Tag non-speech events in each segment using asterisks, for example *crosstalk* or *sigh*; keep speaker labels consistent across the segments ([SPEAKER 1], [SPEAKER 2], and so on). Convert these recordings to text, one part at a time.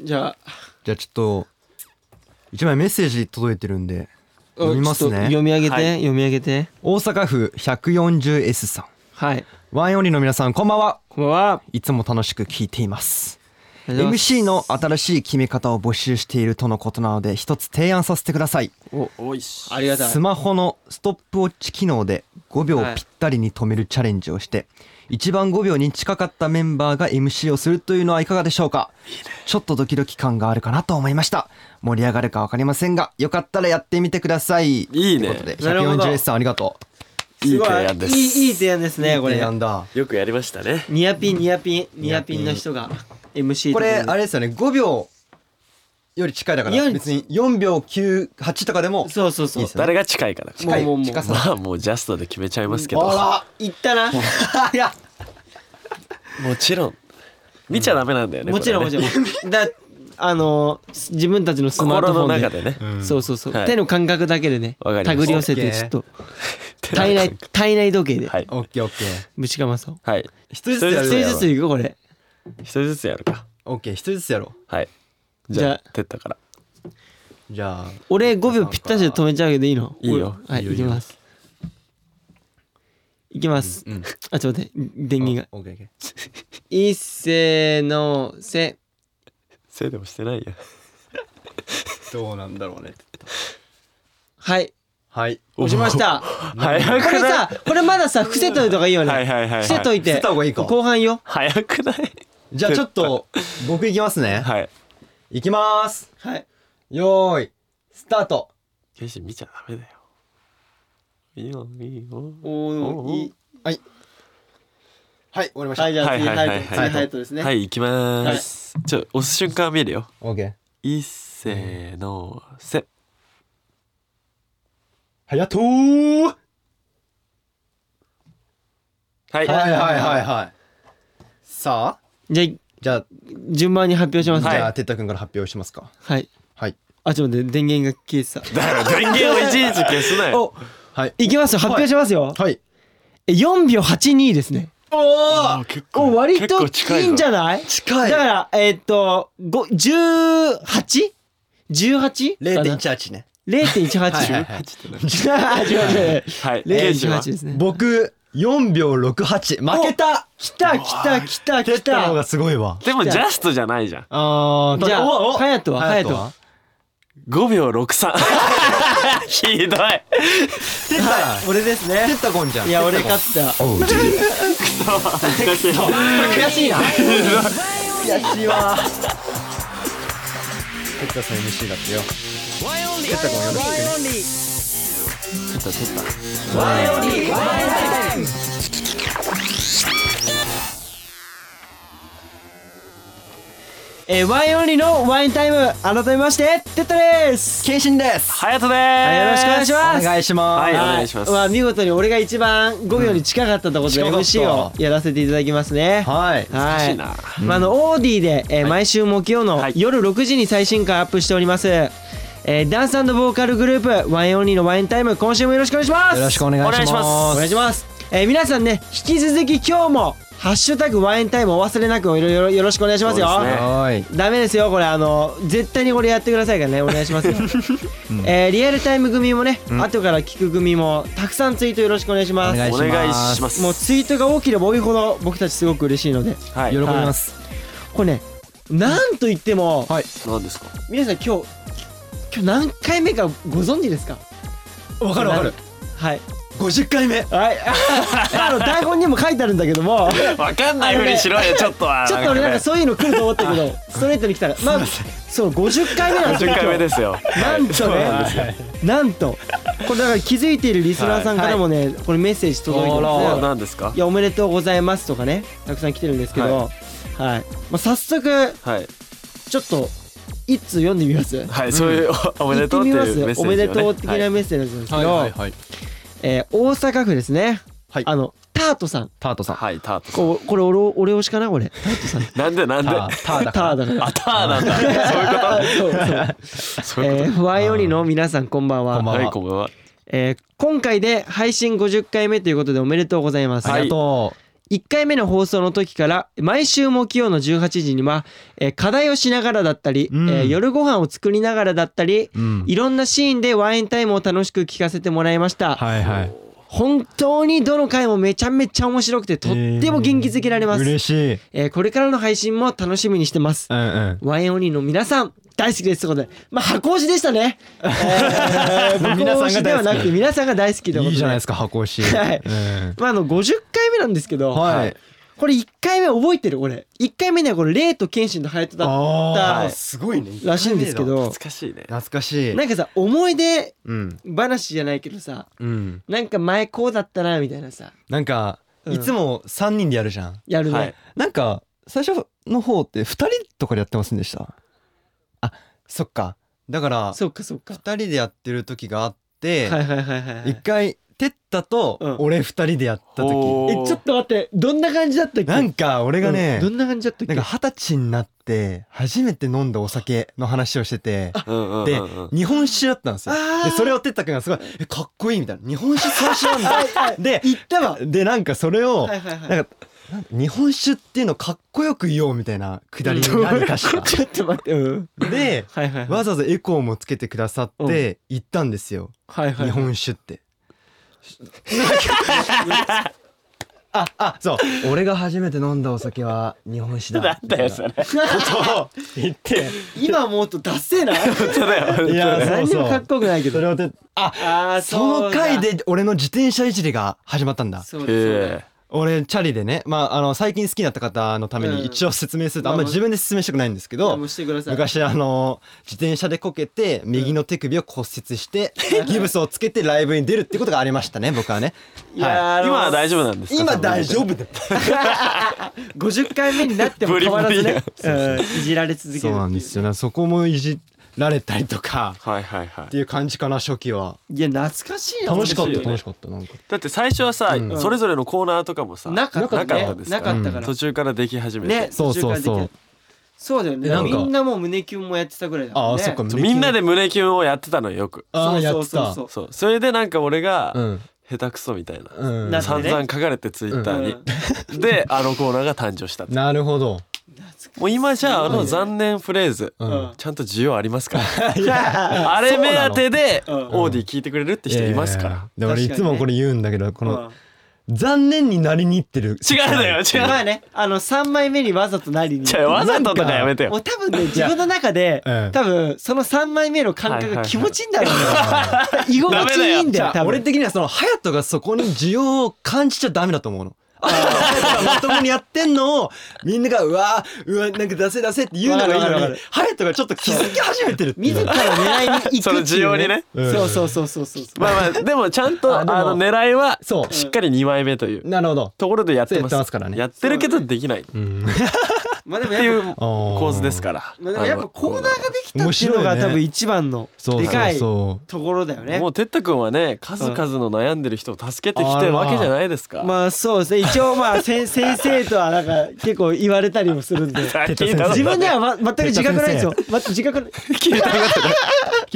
[SPEAKER 1] じゃ
[SPEAKER 2] じゃあちょっと一枚メッセージ届いてるんで
[SPEAKER 1] あお
[SPEAKER 2] 読みますね
[SPEAKER 1] ちょっと読み上げて、
[SPEAKER 3] はい
[SPEAKER 1] 読み上げて
[SPEAKER 2] 大阪府 140S さん
[SPEAKER 1] はい
[SPEAKER 2] ワンオンリーの皆さんこんばんは
[SPEAKER 1] こんばんはい
[SPEAKER 2] つも楽しく聞いています
[SPEAKER 1] ありがとうございます
[SPEAKER 2] MC の新しい決め方を募集しているとのことなので一つ提案させてください
[SPEAKER 3] おいし
[SPEAKER 1] ありがたい
[SPEAKER 2] スマホのストップウォッチ機能で5秒
[SPEAKER 1] はい
[SPEAKER 2] ぴったりに止めるチャレンジをして、一番5秒に近かったメンバーが MC をするというのはいかがでしょうかちょっとドキドキ感があるかなと思いました盛り上がるか分かりませんがよかったらやってみてください
[SPEAKER 3] いいね
[SPEAKER 2] ということで
[SPEAKER 1] なるほど
[SPEAKER 2] 140S さんありがと
[SPEAKER 3] い
[SPEAKER 1] す
[SPEAKER 3] い
[SPEAKER 1] ごい
[SPEAKER 3] 提案です
[SPEAKER 1] いいいい提案です
[SPEAKER 2] う
[SPEAKER 1] ねこれ
[SPEAKER 2] やんだ
[SPEAKER 3] よくやりましたね
[SPEAKER 1] ニアピンニアピンニアピンの人が MC
[SPEAKER 2] これ
[SPEAKER 1] とか
[SPEAKER 2] あ
[SPEAKER 1] で
[SPEAKER 2] れですよね5秒より近いだから
[SPEAKER 1] より
[SPEAKER 2] 別に4秒98とかでも
[SPEAKER 1] そうそうそう
[SPEAKER 2] いいっすね
[SPEAKER 3] *laughs* 誰が近いかだから
[SPEAKER 2] 近い
[SPEAKER 1] もうもうもう
[SPEAKER 2] 近さ
[SPEAKER 3] まあもうジャストで決めちゃいますけど
[SPEAKER 1] あらいった
[SPEAKER 2] *laughs*
[SPEAKER 1] ないや
[SPEAKER 3] もちろん見ちゃダメなんだよね
[SPEAKER 1] もちろん
[SPEAKER 3] こ
[SPEAKER 1] も
[SPEAKER 3] れ
[SPEAKER 1] ち
[SPEAKER 3] ね
[SPEAKER 1] ろんだあのす自分たちのスマート
[SPEAKER 3] 心
[SPEAKER 1] フ
[SPEAKER 3] の
[SPEAKER 1] ォンで
[SPEAKER 3] 中でね
[SPEAKER 1] そうそうそう、
[SPEAKER 3] はい
[SPEAKER 1] 手の感覚だけでね
[SPEAKER 3] わかりま
[SPEAKER 1] 手繰
[SPEAKER 3] した
[SPEAKER 1] り寄せてちょっと
[SPEAKER 3] *laughs*
[SPEAKER 1] 体内体内時計で、
[SPEAKER 3] はい
[SPEAKER 2] オッケーオッケー
[SPEAKER 1] ぶちかまそう
[SPEAKER 3] はい
[SPEAKER 2] 一人ずつや
[SPEAKER 1] 一
[SPEAKER 2] る
[SPEAKER 3] そう
[SPEAKER 1] 人
[SPEAKER 3] や
[SPEAKER 1] ずついくこれ
[SPEAKER 3] 一人ずつやるか
[SPEAKER 2] オッケー一人ずつやろ
[SPEAKER 3] はいじゃ
[SPEAKER 1] じゃ
[SPEAKER 3] あてったから
[SPEAKER 2] うじゃあ
[SPEAKER 1] 俺5秒ぴったしで止めちゃうけどいいの
[SPEAKER 3] いいよ
[SPEAKER 1] はいい
[SPEAKER 2] いよ
[SPEAKER 1] いきますいきます、
[SPEAKER 2] うん
[SPEAKER 1] あちょっと待って電源が
[SPEAKER 2] オッケーオッケー
[SPEAKER 1] 一せのせ
[SPEAKER 3] せいでもしてないや
[SPEAKER 2] どうなんだろうね
[SPEAKER 1] はい
[SPEAKER 2] はい
[SPEAKER 1] 押しました
[SPEAKER 3] 早
[SPEAKER 1] こ
[SPEAKER 3] く
[SPEAKER 1] れ
[SPEAKER 3] ない
[SPEAKER 1] さこれまださ伏せといた方がいいよね、
[SPEAKER 3] はいはいはいはい
[SPEAKER 1] 伏せといて
[SPEAKER 2] 伏せた方がいいか
[SPEAKER 1] 後半よ
[SPEAKER 3] 早くない
[SPEAKER 2] じゃあちょっと僕いきますね
[SPEAKER 3] はい
[SPEAKER 2] いきます
[SPEAKER 1] はい
[SPEAKER 2] よーいスタート
[SPEAKER 3] 決して見ちゃダメだよいいよいいよ
[SPEAKER 1] おお
[SPEAKER 3] お
[SPEAKER 1] いい
[SPEAKER 2] はい終わりました
[SPEAKER 1] はいじゃあ次
[SPEAKER 3] は
[SPEAKER 1] ハ
[SPEAKER 3] いはい
[SPEAKER 1] イト
[SPEAKER 3] は
[SPEAKER 1] 次
[SPEAKER 3] いはい
[SPEAKER 1] ハイトですね
[SPEAKER 3] はい行きまーすちょ押す瞬間見るよ
[SPEAKER 2] オッケー
[SPEAKER 3] いっせーのせ
[SPEAKER 2] はやとーは
[SPEAKER 3] はい
[SPEAKER 2] いはいはいはいさあ
[SPEAKER 1] じゃあ
[SPEAKER 2] じゃあ
[SPEAKER 1] 順番に発表します
[SPEAKER 2] じ
[SPEAKER 1] ね
[SPEAKER 2] ゃ
[SPEAKER 1] は
[SPEAKER 2] あ
[SPEAKER 1] い、
[SPEAKER 2] 哲太くんから発表しますかはい
[SPEAKER 1] あちょっと待って電源が消えて
[SPEAKER 3] だから電源をいちいち消すな
[SPEAKER 1] たお
[SPEAKER 3] よ
[SPEAKER 2] はい
[SPEAKER 1] いきますよ発表しますよ、
[SPEAKER 2] はい
[SPEAKER 1] え4秒82ですね
[SPEAKER 2] お
[SPEAKER 3] あ結
[SPEAKER 1] お割と
[SPEAKER 3] 結構近
[SPEAKER 1] いいんじゃない
[SPEAKER 2] 近
[SPEAKER 1] だからえーっと 18?18?0.18
[SPEAKER 2] 0.18ねはいはい
[SPEAKER 1] *laughs*
[SPEAKER 2] はい
[SPEAKER 3] はい
[SPEAKER 1] 0.18
[SPEAKER 3] ケイジは
[SPEAKER 1] ですね
[SPEAKER 2] 僕4秒68負けた
[SPEAKER 1] 来た来た来た
[SPEAKER 2] 哲
[SPEAKER 1] 来
[SPEAKER 2] 太の方が
[SPEAKER 1] た
[SPEAKER 2] すごいわ
[SPEAKER 3] でもジャストじゃないじゃん
[SPEAKER 2] あー
[SPEAKER 1] じゃあ
[SPEAKER 2] おお
[SPEAKER 1] ハヤトは
[SPEAKER 2] ハヤト
[SPEAKER 1] ハヤ
[SPEAKER 2] は
[SPEAKER 3] 5秒63
[SPEAKER 1] *laughs*
[SPEAKER 3] ひどい
[SPEAKER 2] 哲太
[SPEAKER 1] 俺ですね
[SPEAKER 2] 哲太ゴンじゃん
[SPEAKER 1] いや俺勝った
[SPEAKER 2] お
[SPEAKER 1] *laughs*
[SPEAKER 2] う
[SPEAKER 1] 悔しいな
[SPEAKER 2] 悔しいわ哲太さん MC だってよ哲太ゴンよろしくね
[SPEAKER 1] えーワインオンリーのワインタイム改めましてテッドです
[SPEAKER 2] 謙信です
[SPEAKER 3] ハヤトで
[SPEAKER 1] はいよろしくお願い
[SPEAKER 3] ー
[SPEAKER 1] し
[SPEAKER 3] す
[SPEAKER 1] ます
[SPEAKER 2] お願いしま
[SPEAKER 3] はい
[SPEAKER 2] す
[SPEAKER 3] お願いします
[SPEAKER 1] まあ見事に俺が一番5秒に近かったところで
[SPEAKER 2] うん近
[SPEAKER 1] MC
[SPEAKER 2] かっ
[SPEAKER 1] を
[SPEAKER 2] た
[SPEAKER 1] やらせていただきますね
[SPEAKER 2] はい
[SPEAKER 1] は
[SPEAKER 3] 難し
[SPEAKER 1] い
[SPEAKER 3] いな
[SPEAKER 1] まあ、あのオーディで、えー毎週木曜の
[SPEAKER 3] はい
[SPEAKER 1] 夜6時に最新回アップしております、えーダンスボーカルグループワインオンリーのワインタイム今週もよろしくお願いします
[SPEAKER 2] よろしくお願いします
[SPEAKER 1] お願いします、えー皆さんね引き続き今日も「ハッシュタグワインタイム」お忘れなくよろよろよろしくお願いしますよ
[SPEAKER 3] そうですね
[SPEAKER 2] はい
[SPEAKER 1] ダメですよこれあの絶対にこれやってくださいからねお願いしますよ、えーリアルタイム組もね、後から聞く組もたくさんツイートよろしくお願いします
[SPEAKER 2] お願いします
[SPEAKER 3] お願いします
[SPEAKER 1] もうツイートが多ければ多いほど僕たちすごく嬉しいので
[SPEAKER 3] はい
[SPEAKER 2] 喜びます
[SPEAKER 1] これねなんといっても、
[SPEAKER 2] はい
[SPEAKER 3] 何ですか
[SPEAKER 1] 皆さん今日今日何回目かご存知ですか
[SPEAKER 2] わか
[SPEAKER 1] るわかるはい
[SPEAKER 2] 50回目
[SPEAKER 1] はい *laughs* あの台本にも書いてあるんだけども
[SPEAKER 3] わかんないふりしろよちょっとは
[SPEAKER 1] *laughs* ちょっと俺なんかそういうの来ると思ったけどストレートに来たらまあそう50回目なんですよ
[SPEAKER 3] 50回目ですよ
[SPEAKER 1] なんとね、なんとこれだから気づいているリスナーさんからもね、これメッセージ届いて
[SPEAKER 3] 今日
[SPEAKER 1] ま
[SPEAKER 3] は
[SPEAKER 1] すね
[SPEAKER 3] 何ですか
[SPEAKER 1] いやおめでとうございますとかねたくさん来てるんですけど、はい
[SPEAKER 3] は
[SPEAKER 1] まあ、早速
[SPEAKER 3] はい
[SPEAKER 1] ちょっと一通読んでみます
[SPEAKER 3] はいそういうおおめでとうって
[SPEAKER 1] 言
[SPEAKER 3] い
[SPEAKER 1] って
[SPEAKER 3] う
[SPEAKER 1] み
[SPEAKER 3] メ
[SPEAKER 1] ま
[SPEAKER 3] ッ
[SPEAKER 1] す
[SPEAKER 3] セージを
[SPEAKER 1] おめ
[SPEAKER 3] ね
[SPEAKER 1] でとう的
[SPEAKER 3] はい
[SPEAKER 1] なメッセージなんですけど、
[SPEAKER 2] はい
[SPEAKER 1] えー大阪府ですね、
[SPEAKER 2] はい
[SPEAKER 1] あのタートさん
[SPEAKER 2] タートさん
[SPEAKER 3] はいタート
[SPEAKER 1] こうこれ俺を俺推しかなこれタートさん
[SPEAKER 3] なんでなんで
[SPEAKER 2] ターターだか
[SPEAKER 1] ターだか
[SPEAKER 2] ら
[SPEAKER 1] ら
[SPEAKER 3] あターなんだ *laughs*
[SPEAKER 1] *laughs* あそうそう
[SPEAKER 3] そういうことそういう
[SPEAKER 1] え
[SPEAKER 3] こ
[SPEAKER 1] ー、ワイオリの皆さんこんばんは
[SPEAKER 2] こんばん
[SPEAKER 3] と
[SPEAKER 2] は
[SPEAKER 3] はいこんばんは
[SPEAKER 1] えー今回で配信50回目ということでおめでとうございます、
[SPEAKER 2] ありがと
[SPEAKER 1] 1回目の放送の時から毎週木曜の18時には、えー課題をしながらだったり、
[SPEAKER 2] うん
[SPEAKER 1] えー夜ご飯を作りながらだったり、
[SPEAKER 2] うん
[SPEAKER 1] いろんなシーンでワインタイムを楽しく聞かせてもらいました、
[SPEAKER 2] はいはい
[SPEAKER 1] 本当にどの回もめちゃめちゃ面白くてとっても元気づけられます、え
[SPEAKER 2] 嬉しい
[SPEAKER 1] ーこれからの配信も楽しみにしてます
[SPEAKER 2] うんうん
[SPEAKER 1] ワインオニーの皆さん大好きですということでまあ箱推しでしたね、えー
[SPEAKER 2] 皆さんが大好き
[SPEAKER 1] *laughs* 箱推しではなくて皆さんが大好きということで
[SPEAKER 2] いいじゃないですか箱推し
[SPEAKER 1] *laughs* はい
[SPEAKER 2] うん
[SPEAKER 1] まあ、あの50回目なんですけど、
[SPEAKER 2] はい
[SPEAKER 1] これ1回目覚えてる俺1回目にはこれレイと剣心とハヤトだっ
[SPEAKER 2] あ
[SPEAKER 1] は
[SPEAKER 2] ー
[SPEAKER 1] い
[SPEAKER 2] すごいね
[SPEAKER 1] らしいんですけど
[SPEAKER 3] 懐かしいね。
[SPEAKER 2] 懐かしい
[SPEAKER 1] なんかさ思い出
[SPEAKER 2] うん
[SPEAKER 1] 話じゃないけどさ
[SPEAKER 2] うん
[SPEAKER 1] なんか前こうだったなみたいなさ
[SPEAKER 2] なんか
[SPEAKER 1] うん
[SPEAKER 2] いつも三人でやるじゃん
[SPEAKER 1] やるね、
[SPEAKER 3] はい
[SPEAKER 2] なんか最初の方って二人とかでやってませんでしたあそっかだから
[SPEAKER 1] そっかそっか
[SPEAKER 2] 二人でやってる時があっ
[SPEAKER 1] は
[SPEAKER 2] て
[SPEAKER 1] いはいはいはいはい
[SPEAKER 2] 一回テッタと
[SPEAKER 1] うん
[SPEAKER 2] 俺二人でやった時
[SPEAKER 3] ほ
[SPEAKER 1] えちょっと待ってどんな感じだったっけ
[SPEAKER 2] なんか俺がね
[SPEAKER 1] うんどんな感じだったっ
[SPEAKER 2] な
[SPEAKER 1] け
[SPEAKER 2] んか二十歳になって初めて飲んだお酒の話をしてて
[SPEAKER 3] うんうんうんうん
[SPEAKER 2] で日本酒だったんですよ
[SPEAKER 1] あー
[SPEAKER 2] でそれをてったくんがすごい「えかっこいい」みたいな「日本酒最初なんだ」で
[SPEAKER 1] 言ったわ
[SPEAKER 2] でなんかそれを
[SPEAKER 1] はいはいはい
[SPEAKER 2] なんかなん日本酒っていうのかっこよく言おうみたいなくだりに何かし
[SPEAKER 1] ちょっと待ってうん
[SPEAKER 2] たで
[SPEAKER 1] はいはいはい
[SPEAKER 2] わざわざエコーもつけてくださって行ったんですよ
[SPEAKER 1] はいはい
[SPEAKER 2] 日本酒って。 *laughs* ああそう俺が初めて飲んだお酒は日本酒だ。
[SPEAKER 3] なんだよそれ。
[SPEAKER 2] 言って
[SPEAKER 1] *laughs* 今思うとダッセーな
[SPEAKER 3] そうだよ。
[SPEAKER 2] いやそう
[SPEAKER 1] 何に
[SPEAKER 2] そう
[SPEAKER 1] もかっこよくないけ
[SPEAKER 2] そ
[SPEAKER 1] ど
[SPEAKER 2] れをてあ
[SPEAKER 1] あー
[SPEAKER 2] そうの
[SPEAKER 1] だ
[SPEAKER 2] 回で俺の自転車いじりが始まったんだ
[SPEAKER 1] そうだそうだ
[SPEAKER 3] え
[SPEAKER 2] 俺チャリでねまああの最近好きになった方のため
[SPEAKER 1] うん
[SPEAKER 2] に一応説明するとあんま
[SPEAKER 1] まあまあ
[SPEAKER 2] り自分で説明したくないんですけ
[SPEAKER 1] いや
[SPEAKER 2] ど
[SPEAKER 1] もうしてください
[SPEAKER 2] 昔あの自転車でこけて右の手首を骨折してギブスをつけてライブに出るってことがありましたね僕はね
[SPEAKER 1] いや
[SPEAKER 3] *laughs* え。今は
[SPEAKER 1] 丈
[SPEAKER 3] 大
[SPEAKER 1] *laughs*
[SPEAKER 3] 丈夫なんですか。
[SPEAKER 2] 今大丈夫だ
[SPEAKER 1] 夫50回目になっても変わらずねうんいじられ続けるって
[SPEAKER 2] そ
[SPEAKER 1] いうね
[SPEAKER 2] なんですよねそこもいじられたりとか
[SPEAKER 3] 夫。はいはいはい
[SPEAKER 2] っ。ていう感じかな初期はい
[SPEAKER 1] や懐かしいな
[SPEAKER 2] 楽しかった
[SPEAKER 3] 楽しいよね
[SPEAKER 2] 楽しかったなんか
[SPEAKER 3] だって最初はさ、
[SPEAKER 2] うん
[SPEAKER 3] それぞれのコーナーとかもさ
[SPEAKER 1] なかった
[SPEAKER 3] なか
[SPEAKER 1] ね
[SPEAKER 3] ったです
[SPEAKER 1] なかったか
[SPEAKER 3] 途
[SPEAKER 1] ら
[SPEAKER 3] 中からでき始めて、
[SPEAKER 1] ね
[SPEAKER 2] そうそ
[SPEAKER 1] 途
[SPEAKER 2] うそう
[SPEAKER 1] 中からできたそうだよね
[SPEAKER 2] なんか
[SPEAKER 1] みんなもう胸キュンもやってたぐらいだ
[SPEAKER 2] あ
[SPEAKER 1] も
[SPEAKER 2] あ
[SPEAKER 1] んね
[SPEAKER 2] そっか
[SPEAKER 3] そうみんなで胸キュンをやってたのよよく
[SPEAKER 2] ああや
[SPEAKER 1] そ
[SPEAKER 2] っ
[SPEAKER 1] う
[SPEAKER 2] て
[SPEAKER 1] そう
[SPEAKER 2] た
[SPEAKER 1] そう
[SPEAKER 3] そうそれでなんか俺が
[SPEAKER 2] うん
[SPEAKER 3] 下手くそみたいな、
[SPEAKER 2] うん
[SPEAKER 1] な
[SPEAKER 3] 散々書かれてツイッターに、であのコーナーが誕生したって
[SPEAKER 2] なるほど
[SPEAKER 3] もう今じゃああの残念フレーズ、
[SPEAKER 2] うん
[SPEAKER 1] うん
[SPEAKER 3] ちゃんと需要ありますから
[SPEAKER 2] いや
[SPEAKER 3] あれ目当てで
[SPEAKER 1] うん
[SPEAKER 3] オーディ聞いてくれるって人いますから、
[SPEAKER 2] で俺いつもこれ言うんだけどこ
[SPEAKER 1] うん
[SPEAKER 2] の残念になりにいってる
[SPEAKER 3] 違うのよ違う
[SPEAKER 1] まあねあの3枚目にわざとなりに
[SPEAKER 3] じゃあわざととかやめて
[SPEAKER 1] も
[SPEAKER 3] よ
[SPEAKER 1] う多分ね自分の中で
[SPEAKER 2] うん
[SPEAKER 1] 多分その3枚目の感覚が気持ちいいんだろうな *laughs* 居心地いいんだ
[SPEAKER 2] じ
[SPEAKER 1] よ
[SPEAKER 2] ゃあ
[SPEAKER 1] 多
[SPEAKER 2] 俺
[SPEAKER 1] 分
[SPEAKER 2] 的にはその隼人がそこに需要を感じちゃダメだと思うの。 *laughs* 隼人がまともにやってんのをみんながうわーうわなんか出せ出せって言うのがいい
[SPEAKER 1] わかるわ
[SPEAKER 2] の
[SPEAKER 1] かる
[SPEAKER 2] に隼人がちょっと気づき始めてるっていう
[SPEAKER 1] 自
[SPEAKER 2] の
[SPEAKER 1] ら狙いに行くっていう
[SPEAKER 3] *laughs* その需要にね
[SPEAKER 2] うん
[SPEAKER 1] そうそうそうそうそう
[SPEAKER 3] まあまあでもちゃんとあ
[SPEAKER 2] あでも
[SPEAKER 3] の狙いは
[SPEAKER 2] そう
[SPEAKER 3] しっかり2枚目という
[SPEAKER 2] なるほど。
[SPEAKER 3] ところでやって
[SPEAKER 2] そう
[SPEAKER 3] ます
[SPEAKER 2] やってますからね
[SPEAKER 3] やってるけどできないって
[SPEAKER 2] うん、
[SPEAKER 1] まあでも
[SPEAKER 3] い
[SPEAKER 1] やっぱ
[SPEAKER 3] う構図ですから
[SPEAKER 1] まあでもやっぱコーナーができたってい
[SPEAKER 2] 面
[SPEAKER 1] う
[SPEAKER 2] 白
[SPEAKER 1] の
[SPEAKER 2] い
[SPEAKER 1] が多分
[SPEAKER 2] ね。
[SPEAKER 1] 一番の
[SPEAKER 2] そう
[SPEAKER 1] でかい
[SPEAKER 2] そ
[SPEAKER 1] ところだよね
[SPEAKER 3] もう哲太くんはね数々の悩んでる人を助けてきてるわけじゃないですか。 *laughs*
[SPEAKER 1] まあそうですね一応まあ先先生とはなんか結構言われたりもするんで
[SPEAKER 2] *laughs*
[SPEAKER 3] 自
[SPEAKER 2] 哲太先生
[SPEAKER 1] 自分では、ま、全く自覚ないんですよ全く自覚ない
[SPEAKER 2] そう聞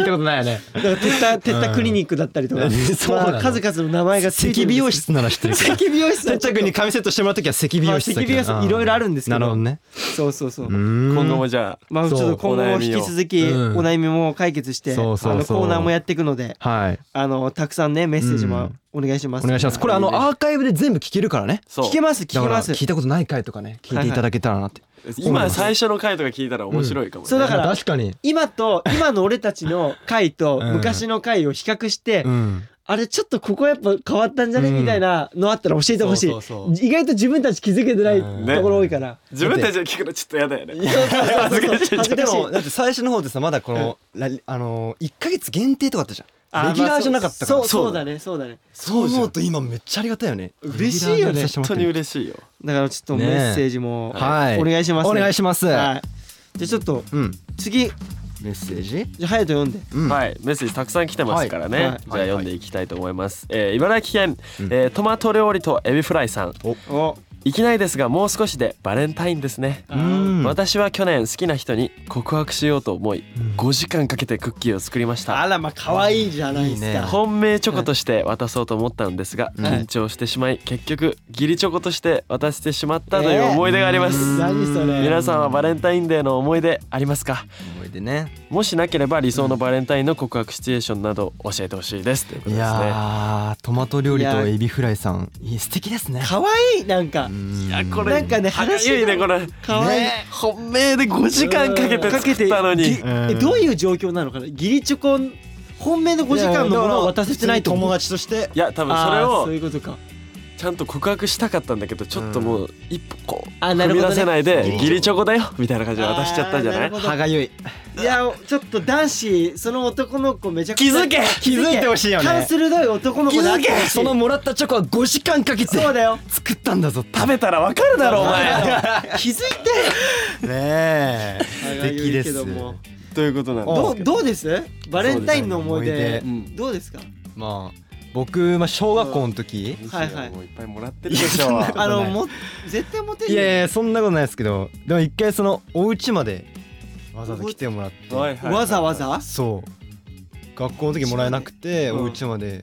[SPEAKER 2] いたことないよね。
[SPEAKER 1] だから鉄タ鉄タクリニックだったりとか、
[SPEAKER 2] うんそうなの
[SPEAKER 1] まあ、数々の名前がついて
[SPEAKER 2] 赤
[SPEAKER 1] るん
[SPEAKER 2] 美容
[SPEAKER 1] です
[SPEAKER 2] 室なら知ってるけど。
[SPEAKER 1] けど赤美容室
[SPEAKER 2] てっちゃんくんに髪セットしてもらうときは赤美容室だけど。
[SPEAKER 1] まあ赤美容室いろいろあるんですけど
[SPEAKER 2] なるほどね。
[SPEAKER 1] そうそうそう、
[SPEAKER 2] 今
[SPEAKER 3] 今後もじゃあ、
[SPEAKER 1] まあちょっ
[SPEAKER 2] そ
[SPEAKER 1] と
[SPEAKER 2] う
[SPEAKER 1] 今後も引き続き
[SPEAKER 2] お悩みをうん
[SPEAKER 1] お悩みも解決して、
[SPEAKER 2] そうそうそう
[SPEAKER 1] あのコーナーもやっていくので
[SPEAKER 2] はい。
[SPEAKER 1] あのたくさんねメッセージもお願いします、
[SPEAKER 2] お願いします。これあの
[SPEAKER 3] いいね
[SPEAKER 2] アーカイブで全部聞けるからね。
[SPEAKER 3] そう
[SPEAKER 1] 聞けます聞け
[SPEAKER 2] だから
[SPEAKER 1] ます
[SPEAKER 2] 聞いたことない回とかね聞いていただけたらなって。
[SPEAKER 3] 今最初の回とか聞いたら面白いかも、ね
[SPEAKER 1] そうだから
[SPEAKER 2] 確かに。
[SPEAKER 1] 今と今の俺たちの回と
[SPEAKER 2] うん
[SPEAKER 1] 昔の回を比較して、
[SPEAKER 2] うん。
[SPEAKER 1] あれちょっとここやっぱ変わったんじゃね、
[SPEAKER 2] うん
[SPEAKER 1] みたいなのあったら教えてほしい
[SPEAKER 2] そうそう
[SPEAKER 1] 意外と自分たち気づけてない
[SPEAKER 2] うん
[SPEAKER 1] ところ多いから、
[SPEAKER 3] 自分たちで聞くのちょっとやだよね。
[SPEAKER 1] 恥ずかしい恥ず
[SPEAKER 2] で
[SPEAKER 1] かしい
[SPEAKER 2] もだって最初の方でさまだこの、ラリあのー、1ヶ月限定とかあったじゃん
[SPEAKER 1] あ
[SPEAKER 2] レギュラーじゃなかったから、
[SPEAKER 1] まあそうそうそうだねそうだね
[SPEAKER 2] そう思うと今めっちゃありがたいよね
[SPEAKER 1] 嬉しいよね
[SPEAKER 2] レギュラーにさせても
[SPEAKER 3] 本
[SPEAKER 2] ら
[SPEAKER 3] 当
[SPEAKER 2] って
[SPEAKER 3] に
[SPEAKER 2] る
[SPEAKER 3] 嬉しいよ。
[SPEAKER 1] だからちょっとメ
[SPEAKER 2] ねえ
[SPEAKER 1] ッセージも、
[SPEAKER 2] はい
[SPEAKER 1] お願いします、
[SPEAKER 2] お願いします
[SPEAKER 1] はい、じゃあちょっと
[SPEAKER 2] うん
[SPEAKER 1] 次じ
[SPEAKER 2] メッセージ
[SPEAKER 1] ゃあ隼人読んで
[SPEAKER 2] うん
[SPEAKER 3] はい、メッセージたくさん来てますからね。
[SPEAKER 1] はいはい
[SPEAKER 3] じゃあ読んでいきたいと思います。えー茨城県、えートマト料理とエビフライさん。
[SPEAKER 1] お
[SPEAKER 3] いきなりですがもう少しでバレンタインですね
[SPEAKER 2] うん
[SPEAKER 3] 私は去年好きな人に告白しようと思い5時間かけてクッキーを作りました
[SPEAKER 1] あらまあ可愛いじゃないです
[SPEAKER 2] いいね
[SPEAKER 1] か。
[SPEAKER 3] 本命チョコとして渡そうと思ったんですが
[SPEAKER 2] うん
[SPEAKER 3] 緊張してしまい結局義理チョコとして渡してしまったという思い出があります
[SPEAKER 2] うん
[SPEAKER 1] 何それ。
[SPEAKER 3] 皆さんはバレンタインデーの思い出ありますか
[SPEAKER 2] 思い出ね
[SPEAKER 3] もしなければ理想のバレンタインの告白シチュエーションなど教えてほしいですということ
[SPEAKER 2] い
[SPEAKER 3] ですね
[SPEAKER 2] やートマト料理とエビフライさんいや素敵ですね
[SPEAKER 1] 可愛いなんか
[SPEAKER 2] い
[SPEAKER 3] いやこれ
[SPEAKER 1] なんかね
[SPEAKER 3] 歯がゆいねこれ
[SPEAKER 1] 可愛い。
[SPEAKER 2] ね
[SPEAKER 3] 本命で5時間かけて作ったのに
[SPEAKER 1] ぎえどういう状況なのかな。義理チョコ本命の5時間のものを渡せてないと思う
[SPEAKER 4] 友達として
[SPEAKER 3] いや多分それ
[SPEAKER 1] あーそう
[SPEAKER 3] を
[SPEAKER 1] いうことか。
[SPEAKER 3] ちゃんと告白したかったんだけどちょっともう一歩こう
[SPEAKER 1] あな
[SPEAKER 3] 踏
[SPEAKER 1] る
[SPEAKER 3] み
[SPEAKER 1] ほど
[SPEAKER 3] 出せ
[SPEAKER 1] ね。
[SPEAKER 3] ない
[SPEAKER 2] ギ
[SPEAKER 3] で
[SPEAKER 2] リ
[SPEAKER 3] ギリチョコだよみたいな感じで渡しちゃったんじゃな
[SPEAKER 1] あー
[SPEAKER 3] い
[SPEAKER 1] るほど
[SPEAKER 2] 歯がゆい
[SPEAKER 1] いやちょっと男子その男の子めちゃくち
[SPEAKER 3] 気
[SPEAKER 1] ゃ
[SPEAKER 3] づけ
[SPEAKER 1] 気づいてほしいよね。感鋭い男の子だってほしい
[SPEAKER 2] そのもらったチョコは5時間かけて
[SPEAKER 1] そうだ *laughs* よ。
[SPEAKER 2] 作ったんだぞ
[SPEAKER 3] 食べたらわかるだろお前
[SPEAKER 1] 気づい
[SPEAKER 4] ねえ素敵です
[SPEAKER 1] て歯がゆいけども
[SPEAKER 3] ということなんで
[SPEAKER 1] どうどうです？バレンタインの思い
[SPEAKER 2] そうで
[SPEAKER 1] 出
[SPEAKER 2] す
[SPEAKER 3] ね思い出
[SPEAKER 1] どうですか？
[SPEAKER 2] まあ僕、まあ、小学校の時
[SPEAKER 3] す
[SPEAKER 1] はいはい
[SPEAKER 3] もういっぱいもらってるでしょ
[SPEAKER 2] やそんな
[SPEAKER 1] あの
[SPEAKER 2] ない
[SPEAKER 1] も絶対モテる
[SPEAKER 2] い
[SPEAKER 1] よ
[SPEAKER 2] やいやそんなことないですけどでも一回そのお家までわざわざ来てもらっ
[SPEAKER 3] は
[SPEAKER 2] て
[SPEAKER 3] いはい
[SPEAKER 1] わざわざ
[SPEAKER 2] そう学校の時もらえなくて
[SPEAKER 1] うん
[SPEAKER 2] お家まで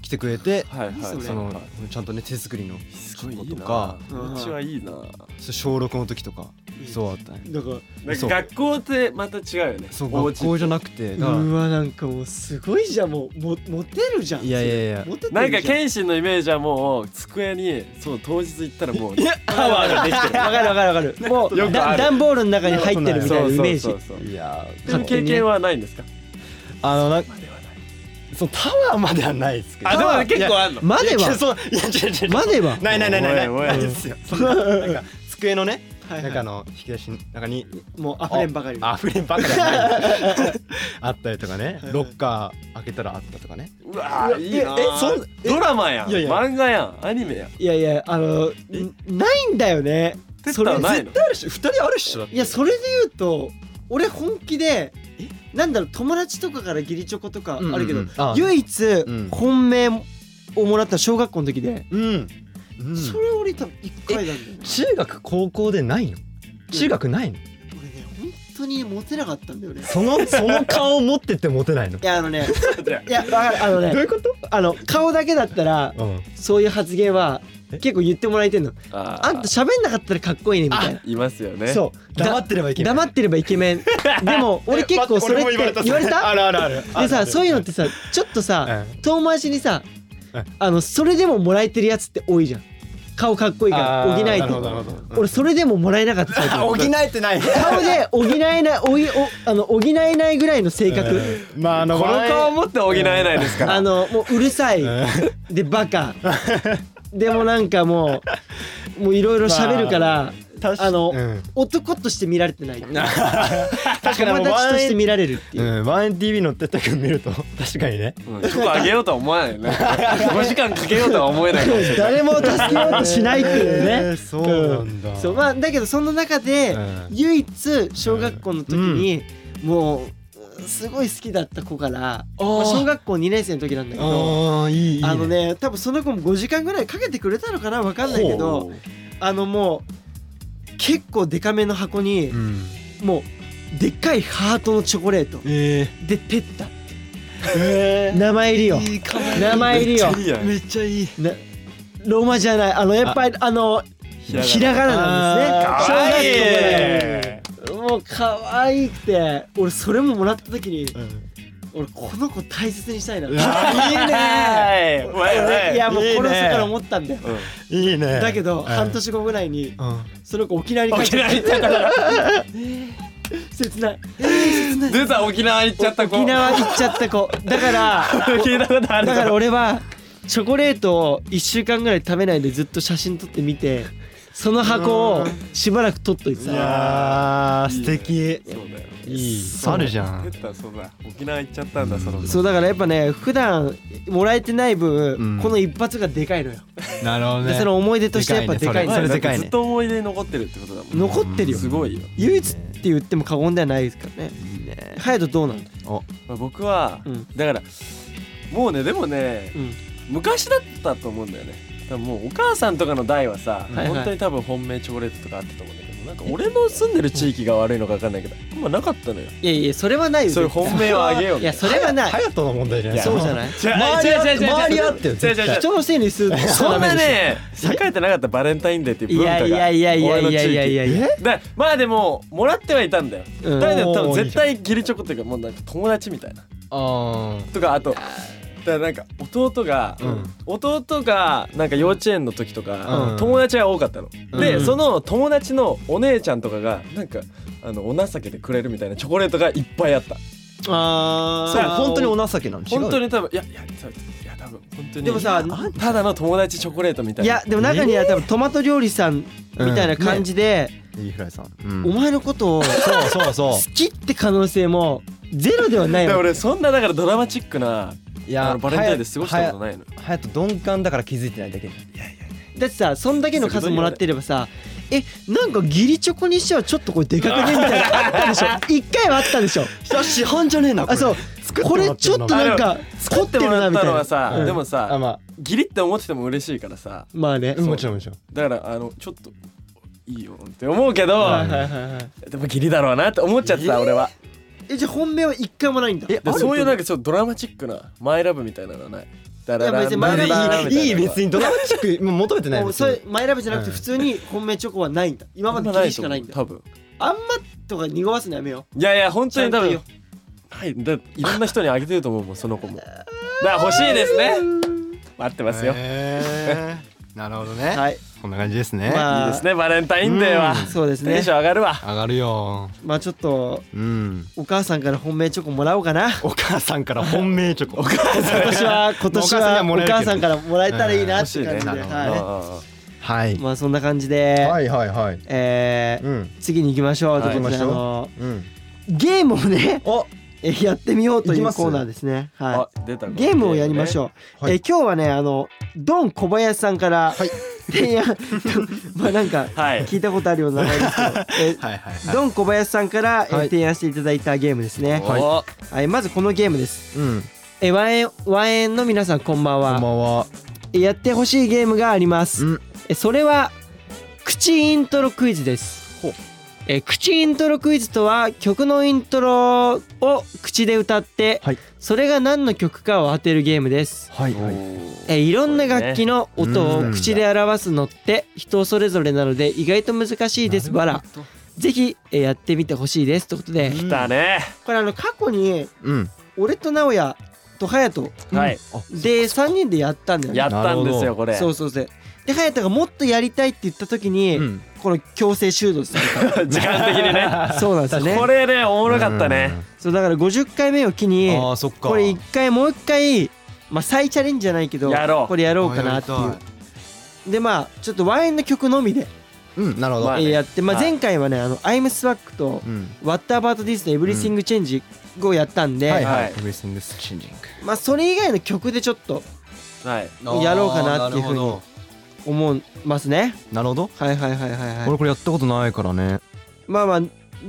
[SPEAKER 2] 来てくれて
[SPEAKER 3] はいはい
[SPEAKER 1] 何それ
[SPEAKER 2] そのちゃんとね手作りの
[SPEAKER 3] すごいいい
[SPEAKER 2] と
[SPEAKER 3] な
[SPEAKER 2] か
[SPEAKER 1] うん
[SPEAKER 3] うちはいいな
[SPEAKER 2] そう小6の時とかそうあったね
[SPEAKER 1] だから
[SPEAKER 3] なん
[SPEAKER 2] そ
[SPEAKER 3] か
[SPEAKER 2] う
[SPEAKER 3] 学校ってまた違うよね
[SPEAKER 2] そう
[SPEAKER 3] お
[SPEAKER 2] 学
[SPEAKER 3] 家
[SPEAKER 2] 校じゃなくてだから
[SPEAKER 1] うわなんかもうすごいじゃんもうもモテるじゃん
[SPEAKER 2] いやいやいや
[SPEAKER 1] それモテて
[SPEAKER 3] なん
[SPEAKER 1] る
[SPEAKER 3] か
[SPEAKER 1] じゃん
[SPEAKER 3] 謙信のイメージはもう机にそう当日行ったらもう
[SPEAKER 1] パワーができてるわかるわかるわかるもう
[SPEAKER 3] よくあ
[SPEAKER 1] だ
[SPEAKER 3] る
[SPEAKER 1] 段ボールの中に入ってるみたいなイメージ
[SPEAKER 3] そうそうそうそう
[SPEAKER 2] いや
[SPEAKER 3] そういう経験はないんですか
[SPEAKER 2] あのなそうタワーまではないですけど
[SPEAKER 3] あでも結構あるの
[SPEAKER 1] までは
[SPEAKER 2] そういや違う違う違う
[SPEAKER 1] までは
[SPEAKER 2] ないないないないない
[SPEAKER 3] おいおい
[SPEAKER 2] ないですよそんななんか机のね
[SPEAKER 1] はい
[SPEAKER 2] な
[SPEAKER 1] は
[SPEAKER 2] んかあ
[SPEAKER 1] い
[SPEAKER 2] の引き出しの中に
[SPEAKER 1] もう溢れんばかり
[SPEAKER 2] あふれんばっかり *laughs* はないあったりとかねロッカー開けたらあったとかね
[SPEAKER 3] うわーいいな
[SPEAKER 2] ええそん
[SPEAKER 3] ドラマやん
[SPEAKER 2] いやいや
[SPEAKER 3] 漫画やんアニメやん
[SPEAKER 1] いやいやあのんないんだよね
[SPEAKER 3] テス
[SPEAKER 1] そ
[SPEAKER 3] タ
[SPEAKER 1] れ
[SPEAKER 3] はないの
[SPEAKER 2] あるし2人あるっしょ
[SPEAKER 1] いやそれで言うと俺本気でなんだろう友達とかから義理チョコとかあるけど唯一
[SPEAKER 2] ん
[SPEAKER 1] 本命をもらった小学校の時で、
[SPEAKER 2] うん
[SPEAKER 1] それ俺多分一回なんだよね
[SPEAKER 2] 中学高校でないの中学ないの
[SPEAKER 1] 俺ね本当にモテなかったんだよね
[SPEAKER 2] そのその顔持ってってモテないの
[SPEAKER 1] いやあのね *laughs*
[SPEAKER 3] *laughs*
[SPEAKER 1] いやわかるあの
[SPEAKER 2] どうい
[SPEAKER 1] ね
[SPEAKER 2] うこと
[SPEAKER 1] あの顔だけだったら
[SPEAKER 2] うん
[SPEAKER 1] そういう発言は
[SPEAKER 2] え
[SPEAKER 1] 結構言ってもらえてんの
[SPEAKER 3] あー
[SPEAKER 1] あんた喋んなかったらかっこいいねみたい
[SPEAKER 3] いますよね
[SPEAKER 2] なそう
[SPEAKER 1] だ
[SPEAKER 2] 黙ってればいけない
[SPEAKER 1] な黙ってればイケメ
[SPEAKER 2] *laughs*
[SPEAKER 1] ンでも俺結構それって言われた
[SPEAKER 2] あるあるある
[SPEAKER 1] でさそういうのってさちょっとさ遠回しにさあのそれでももらえてるやつって多いじゃん顔かっこいいから補えて俺それでももらえなかったタイプ
[SPEAKER 2] 補えてない
[SPEAKER 1] 顔で補えないおいおあの補えないぐらいの性格、
[SPEAKER 2] まああの
[SPEAKER 3] この顔持って補えないですから
[SPEAKER 1] あのもううるさい、でバカでもなんかもうもういろいろ喋るから、あの、男として見られてない友
[SPEAKER 2] 確かに
[SPEAKER 1] 達として見られるっていう
[SPEAKER 2] *laughs*
[SPEAKER 1] う、
[SPEAKER 2] ん、ワンエン TV のてったくん見ると *laughs* 確かにね
[SPEAKER 3] うんチョコあげようとは思わない
[SPEAKER 1] *laughs*
[SPEAKER 3] よね5時間かけようとは思えないかもしれない
[SPEAKER 1] 誰も助けようとしないっていう
[SPEAKER 2] え
[SPEAKER 1] ね
[SPEAKER 2] ー、そうなんだ、
[SPEAKER 1] そうまあだけどその中で、
[SPEAKER 2] うん
[SPEAKER 1] 唯一小学校の時に、もうすごい好きだった子から、まあ小学校2年生の時なんだけど
[SPEAKER 2] あーいいいい、ね、
[SPEAKER 1] あのね多分その子も5時間ぐらいかけてくれたのかなわかんないけどあのもう結構デカめの箱に
[SPEAKER 2] う、ん
[SPEAKER 1] もうでっかいハートのチョコレート
[SPEAKER 2] え
[SPEAKER 1] でペッタって
[SPEAKER 2] ー、え
[SPEAKER 1] 名前入りよ
[SPEAKER 4] いいかも
[SPEAKER 1] 名前入りよ
[SPEAKER 3] めっちゃいいやん
[SPEAKER 4] めっちゃいい
[SPEAKER 1] なローマじゃないあのやっぱりあの
[SPEAKER 3] らがな
[SPEAKER 1] ひらがななんですね
[SPEAKER 3] かわいい
[SPEAKER 1] 小学校でもう可愛くて俺それももらった時に俺この子大切にしたいな
[SPEAKER 3] はいね
[SPEAKER 1] *laughs* いやもう
[SPEAKER 2] いいね
[SPEAKER 1] この人から思ったんだよ
[SPEAKER 2] ー、いいね
[SPEAKER 1] だけど
[SPEAKER 2] うん
[SPEAKER 1] 半年後ぐらいに
[SPEAKER 2] うん
[SPEAKER 1] その子沖縄に帰って
[SPEAKER 3] 沖縄行っちゃったから
[SPEAKER 1] 切ない
[SPEAKER 3] 出た沖縄行っちゃった子
[SPEAKER 1] 沖縄行っちゃった子だから
[SPEAKER 3] 聞いたことある
[SPEAKER 1] だ
[SPEAKER 3] ぞ
[SPEAKER 1] から俺はチョコレートを1週間ぐらい食べないでずっと写真撮ってみてその箱をしばらく撮っといて
[SPEAKER 2] い
[SPEAKER 1] さ
[SPEAKER 2] やー素
[SPEAKER 3] いいね
[SPEAKER 2] 敵
[SPEAKER 3] そうだよ
[SPEAKER 2] いい
[SPEAKER 1] そう
[SPEAKER 2] あるじゃん
[SPEAKER 3] 出たそうだ沖縄行っちゃったんだその子
[SPEAKER 1] そうだからやっぱね普段もらえてない分、
[SPEAKER 2] うん
[SPEAKER 1] この一発がでかいのよ、
[SPEAKER 2] なるほど
[SPEAKER 1] でその思い出としてやっぱで
[SPEAKER 2] で
[SPEAKER 1] か
[SPEAKER 2] か
[SPEAKER 1] い
[SPEAKER 2] い
[SPEAKER 1] の
[SPEAKER 2] ねそれ
[SPEAKER 1] よ
[SPEAKER 2] でかい
[SPEAKER 3] ずっと思い出に残ってるってことだもん
[SPEAKER 1] 残ってるよ
[SPEAKER 3] すごいよ、
[SPEAKER 1] 唯一って言っても過言ではないですからね
[SPEAKER 2] いいね
[SPEAKER 1] 隼人どうなんだ、
[SPEAKER 3] まあ、僕は、
[SPEAKER 1] うん
[SPEAKER 3] だからもうねでもね
[SPEAKER 1] うん、
[SPEAKER 3] 昔だったと思うんだよね多分もうお母さんとかの代は
[SPEAKER 1] は
[SPEAKER 3] さ、
[SPEAKER 1] いはい
[SPEAKER 3] 本当に多分本命チョコレートとかあったと思うんだけどなんか俺の住んでる地域が悪いのか分かんないけどあんまなかったのよ
[SPEAKER 1] いやいやそれはないよ
[SPEAKER 3] そういう本命をあげよう
[SPEAKER 1] いやそれはない
[SPEAKER 5] 隼人の問題じゃない
[SPEAKER 1] そうじゃないい
[SPEAKER 3] 違う違う違う違う
[SPEAKER 5] 周りあってよ
[SPEAKER 3] 違う違う違う
[SPEAKER 1] 人のせいにする
[SPEAKER 3] そんな
[SPEAKER 1] ダメで
[SPEAKER 3] ね栄えてなかったバレンタインデーっていう
[SPEAKER 1] しょい
[SPEAKER 3] 文化が
[SPEAKER 1] やいやいやいやいやいやいやいや
[SPEAKER 3] 俺の地域だまあでももらってはいたんだよ、
[SPEAKER 1] うん
[SPEAKER 3] だけど多分絶対ギリチョコっていうかもうなんか友達みたいな
[SPEAKER 1] あ
[SPEAKER 3] とかあとだからなんか弟が、
[SPEAKER 5] うん
[SPEAKER 3] 弟がなんか幼稚園の時とか、
[SPEAKER 5] うん
[SPEAKER 3] 友達が多かったの、で
[SPEAKER 1] うん
[SPEAKER 3] その友達のお姉ちゃんとかがなんかあのお情けでくれるみたいなチョコレートがいっぱいあった
[SPEAKER 1] あ
[SPEAKER 2] それ
[SPEAKER 1] ー
[SPEAKER 2] 本当にお情けなの違う
[SPEAKER 3] 本当に多分いやいやそういや多分本当に
[SPEAKER 1] でもさ
[SPEAKER 3] ただの友達チョコレートみたい
[SPEAKER 1] い
[SPEAKER 3] な
[SPEAKER 1] やでも中には多分トマト料理さんみたいな感じで、
[SPEAKER 2] いいフライさん、
[SPEAKER 1] お前のことを
[SPEAKER 5] そうそうそ
[SPEAKER 1] 好きって可能性もゼロではない
[SPEAKER 3] だから
[SPEAKER 1] わけ
[SPEAKER 3] 俺そんなだからドラマチックないあのバレンタインで過ごしたことないの
[SPEAKER 2] 隼人鈍感だから気づいてないだけ
[SPEAKER 1] だってさそんだけの数もらってればさえなんか義理チョコにしてはちょっとこれでかくねみたいなのあったでしょ一回はあったでしょ
[SPEAKER 2] 市販じゃねえな
[SPEAKER 1] あそうこれちょっとなんか凝
[SPEAKER 3] 作っ
[SPEAKER 1] って
[SPEAKER 3] て
[SPEAKER 1] る
[SPEAKER 3] もら
[SPEAKER 1] な
[SPEAKER 3] っ
[SPEAKER 1] みた
[SPEAKER 3] た
[SPEAKER 1] い
[SPEAKER 3] の
[SPEAKER 1] な
[SPEAKER 3] はさ、
[SPEAKER 1] うん
[SPEAKER 3] でも
[SPEAKER 5] あ
[SPEAKER 3] さ
[SPEAKER 5] ま
[SPEAKER 3] ギリって思ってても嬉しいからさ
[SPEAKER 1] まあね
[SPEAKER 5] あもちろんもちろん
[SPEAKER 3] だからあのちょっといいよって思うけど、
[SPEAKER 1] はいはいはいはい
[SPEAKER 3] でもギリだろうなって思っちゃってた、俺は
[SPEAKER 1] えじゃあ本命は一回もないんだ
[SPEAKER 3] でそういうなんかちょっとドラマチックなマイラブみたいなのはないだら
[SPEAKER 1] いや別にマイラブ
[SPEAKER 2] いい別
[SPEAKER 3] に
[SPEAKER 2] にドラマチックもう求めてない
[SPEAKER 1] もう
[SPEAKER 2] 別
[SPEAKER 1] それ
[SPEAKER 2] に
[SPEAKER 1] マイラブじゃなくて
[SPEAKER 2] うん
[SPEAKER 1] 普通に本命チョコはないんだ *laughs* 今まで義理しかないんだ
[SPEAKER 3] 多分
[SPEAKER 1] あんまとか濁すのやめよう
[SPEAKER 3] いやいや本
[SPEAKER 1] ち
[SPEAKER 3] 当
[SPEAKER 1] ゃ
[SPEAKER 3] に
[SPEAKER 1] ん
[SPEAKER 3] 多
[SPEAKER 1] と
[SPEAKER 3] 分
[SPEAKER 1] 言おう
[SPEAKER 3] はい、だいろんな人にあげてると思うもんその子も。だから欲しいですね。待ってますよ。
[SPEAKER 5] *laughs*
[SPEAKER 3] い
[SPEAKER 5] へーなるほどね
[SPEAKER 1] はい
[SPEAKER 2] こんな感じですね
[SPEAKER 1] まあ
[SPEAKER 3] いですねバレンタインデーは。
[SPEAKER 1] そうです
[SPEAKER 3] テ
[SPEAKER 1] ね
[SPEAKER 3] ンション上がるわ。
[SPEAKER 2] 上がるよ
[SPEAKER 1] まあちょっと
[SPEAKER 2] うん
[SPEAKER 1] お母さんから本命チョコもらおうかな *laughs*
[SPEAKER 2] お母さんから本命チョコお母さ
[SPEAKER 1] 今年は今年はお母さんからもらえたらいいなっ
[SPEAKER 3] 欲
[SPEAKER 1] て
[SPEAKER 3] しい
[SPEAKER 1] 感
[SPEAKER 3] ね。
[SPEAKER 1] じで、
[SPEAKER 2] なるほどね
[SPEAKER 1] は
[SPEAKER 2] はい
[SPEAKER 1] い、まあそんな感じで、
[SPEAKER 5] いはいはい
[SPEAKER 1] えー
[SPEAKER 5] うん
[SPEAKER 1] 次に行きましょうというこ
[SPEAKER 5] は
[SPEAKER 1] と
[SPEAKER 5] い
[SPEAKER 1] で、
[SPEAKER 5] 行きまし
[SPEAKER 1] あ
[SPEAKER 5] ょう
[SPEAKER 1] の
[SPEAKER 5] うん
[SPEAKER 1] ゲームをね
[SPEAKER 5] お
[SPEAKER 1] えー *laughs* やってみようと
[SPEAKER 5] 行
[SPEAKER 1] い
[SPEAKER 5] き
[SPEAKER 1] う
[SPEAKER 5] ます
[SPEAKER 1] コーナーですね
[SPEAKER 3] あ
[SPEAKER 1] は
[SPEAKER 3] 出た
[SPEAKER 1] いゲームをやりまし
[SPEAKER 3] う。
[SPEAKER 1] ょう、
[SPEAKER 5] はい
[SPEAKER 1] えー今日はねあのドン小林さんから、
[SPEAKER 5] はい
[SPEAKER 1] 提案 *laughs* まあなんか
[SPEAKER 3] はい。
[SPEAKER 1] 聞いたことあるような名前ですけど、えー
[SPEAKER 5] はいはい
[SPEAKER 1] ドン小林さんから、えー
[SPEAKER 2] はい
[SPEAKER 1] 提案していただいたゲームですね、
[SPEAKER 3] おお
[SPEAKER 1] はい、まずこのゲームです
[SPEAKER 2] うん
[SPEAKER 1] えーワンエンワンエンの皆さんこんばんは
[SPEAKER 2] こんばんは
[SPEAKER 1] えーやってほしいゲームがあります、
[SPEAKER 2] うん
[SPEAKER 1] えーそれは口イントロクイズです
[SPEAKER 2] ほう
[SPEAKER 1] えー口イントロクイズとは曲のイントロを口で歌って、
[SPEAKER 2] はい
[SPEAKER 1] それが何の曲かを当てるゲームです
[SPEAKER 2] はいはい
[SPEAKER 1] えーいろんな楽器の音
[SPEAKER 2] そう
[SPEAKER 1] を
[SPEAKER 2] ね
[SPEAKER 1] 口で表すのって人それぞれなので意外と難しいですバラぜひえーやってみてほしいですということで
[SPEAKER 3] 来たね。
[SPEAKER 1] これあの過去に
[SPEAKER 2] うん
[SPEAKER 1] 俺と直哉と隼人
[SPEAKER 3] はい。
[SPEAKER 1] で3人でやったんだよね
[SPEAKER 3] やったんですよこれ。
[SPEAKER 1] そうそうそうで隼人がもっとやりたいって言った時に、
[SPEAKER 2] うん
[SPEAKER 1] この強制修道され
[SPEAKER 3] *laughs* 時間的にね。
[SPEAKER 1] たそうなんですよ *laughs* ね
[SPEAKER 3] これねおもろかったね。
[SPEAKER 1] そうだから50回目を機に
[SPEAKER 5] あーそっか
[SPEAKER 1] これ1回もう1回、まあ、再チャレンジじゃないけど
[SPEAKER 3] やろう
[SPEAKER 1] これやろうかなって
[SPEAKER 5] あやり
[SPEAKER 1] いうでまあちょっとワインの曲のみで
[SPEAKER 2] うんうんなるほど
[SPEAKER 3] まあ
[SPEAKER 1] えー
[SPEAKER 3] ね
[SPEAKER 1] やって、まあ、
[SPEAKER 3] はい
[SPEAKER 1] 前回はね「あのアイムスワックと
[SPEAKER 2] うん
[SPEAKER 1] 「What About This」の「Everything Change」をやったんで、
[SPEAKER 2] はい
[SPEAKER 3] は
[SPEAKER 2] はいい Everything is changing
[SPEAKER 1] まあそれ以外の曲でちょっと
[SPEAKER 3] はい。
[SPEAKER 1] あやろうかなっていうふうに
[SPEAKER 5] なるほ
[SPEAKER 1] 思いますね
[SPEAKER 2] なるほど
[SPEAKER 1] はいはいはいはいはい
[SPEAKER 2] 俺これやったことないからね
[SPEAKER 1] まあまあだ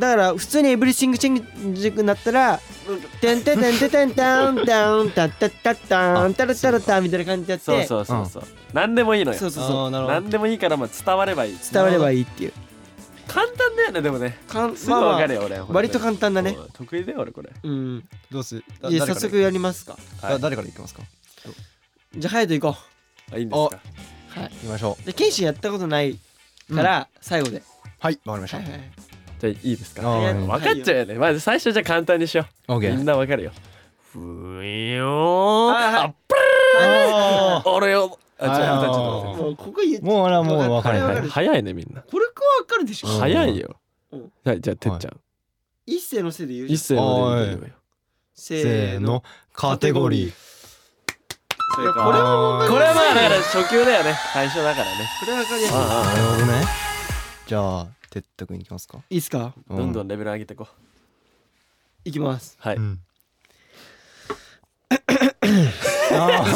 [SPEAKER 1] から普通にエブリシングチェンジになったら「てんてんてんてんてんたんたんたったったったんたらたらた」みたいな感じでやって
[SPEAKER 3] そうそうそうそう。何でもいいのよ
[SPEAKER 1] そ。うそうそう
[SPEAKER 5] どあーなるほど
[SPEAKER 3] 何でもいいからまあ伝わればいい。
[SPEAKER 1] 伝わればいいっていう
[SPEAKER 3] 簡単だよねでもね。
[SPEAKER 1] かん
[SPEAKER 3] すぐ
[SPEAKER 1] まあ
[SPEAKER 3] わ
[SPEAKER 1] ま
[SPEAKER 3] か
[SPEAKER 1] あ
[SPEAKER 3] るよ俺。
[SPEAKER 1] 割と簡単だね
[SPEAKER 3] そう。得意だよ俺これ。
[SPEAKER 1] うん
[SPEAKER 2] どうす
[SPEAKER 1] じゃあ早速やりますか
[SPEAKER 3] はい
[SPEAKER 2] だ誰からいきますか
[SPEAKER 1] じゃあ隼人行こ
[SPEAKER 3] あいいんですか。
[SPEAKER 1] うはい
[SPEAKER 2] 行きましょ
[SPEAKER 1] で剣心やったことないから最後で
[SPEAKER 2] うはいわかりまし
[SPEAKER 1] はい
[SPEAKER 2] た
[SPEAKER 1] はい
[SPEAKER 3] じゃあいいですか。
[SPEAKER 2] あー
[SPEAKER 3] 分かっちゃうよね。まず最初じゃあ簡単にしよう。み
[SPEAKER 2] OK
[SPEAKER 3] んな分かるよ。ふーよー。
[SPEAKER 1] はいはい
[SPEAKER 3] あっぷ
[SPEAKER 5] あ
[SPEAKER 3] ー俺よ。あ、ちょっと待ってちょっと
[SPEAKER 5] はい
[SPEAKER 3] 待
[SPEAKER 1] もうここ言って
[SPEAKER 2] *laughs* もうあれはもう分かれ
[SPEAKER 1] わか
[SPEAKER 2] な
[SPEAKER 1] る
[SPEAKER 2] い
[SPEAKER 3] って。早いねみんな。
[SPEAKER 1] これかわかるでしょ
[SPEAKER 2] うん
[SPEAKER 3] 早いよ
[SPEAKER 1] うん。
[SPEAKER 3] はいじゃあてっちゃん。
[SPEAKER 1] 一世のせいで言うじゃ
[SPEAKER 3] 一
[SPEAKER 1] ん
[SPEAKER 3] 斉の出てみようよ
[SPEAKER 1] せ
[SPEAKER 5] せー
[SPEAKER 1] ーの
[SPEAKER 5] のカテゴリー
[SPEAKER 3] こ
[SPEAKER 1] いやこれは
[SPEAKER 5] もう
[SPEAKER 3] これはまあだから初級だよね。最初だからね。
[SPEAKER 1] これわかりやすい
[SPEAKER 3] あ
[SPEAKER 2] なるほどねじゃあてったくんいきますか
[SPEAKER 1] いいっすか
[SPEAKER 3] あどんど
[SPEAKER 2] ん
[SPEAKER 3] んレベル上げてこう。
[SPEAKER 1] いきます
[SPEAKER 3] はい。
[SPEAKER 2] *laughs* ん
[SPEAKER 3] そ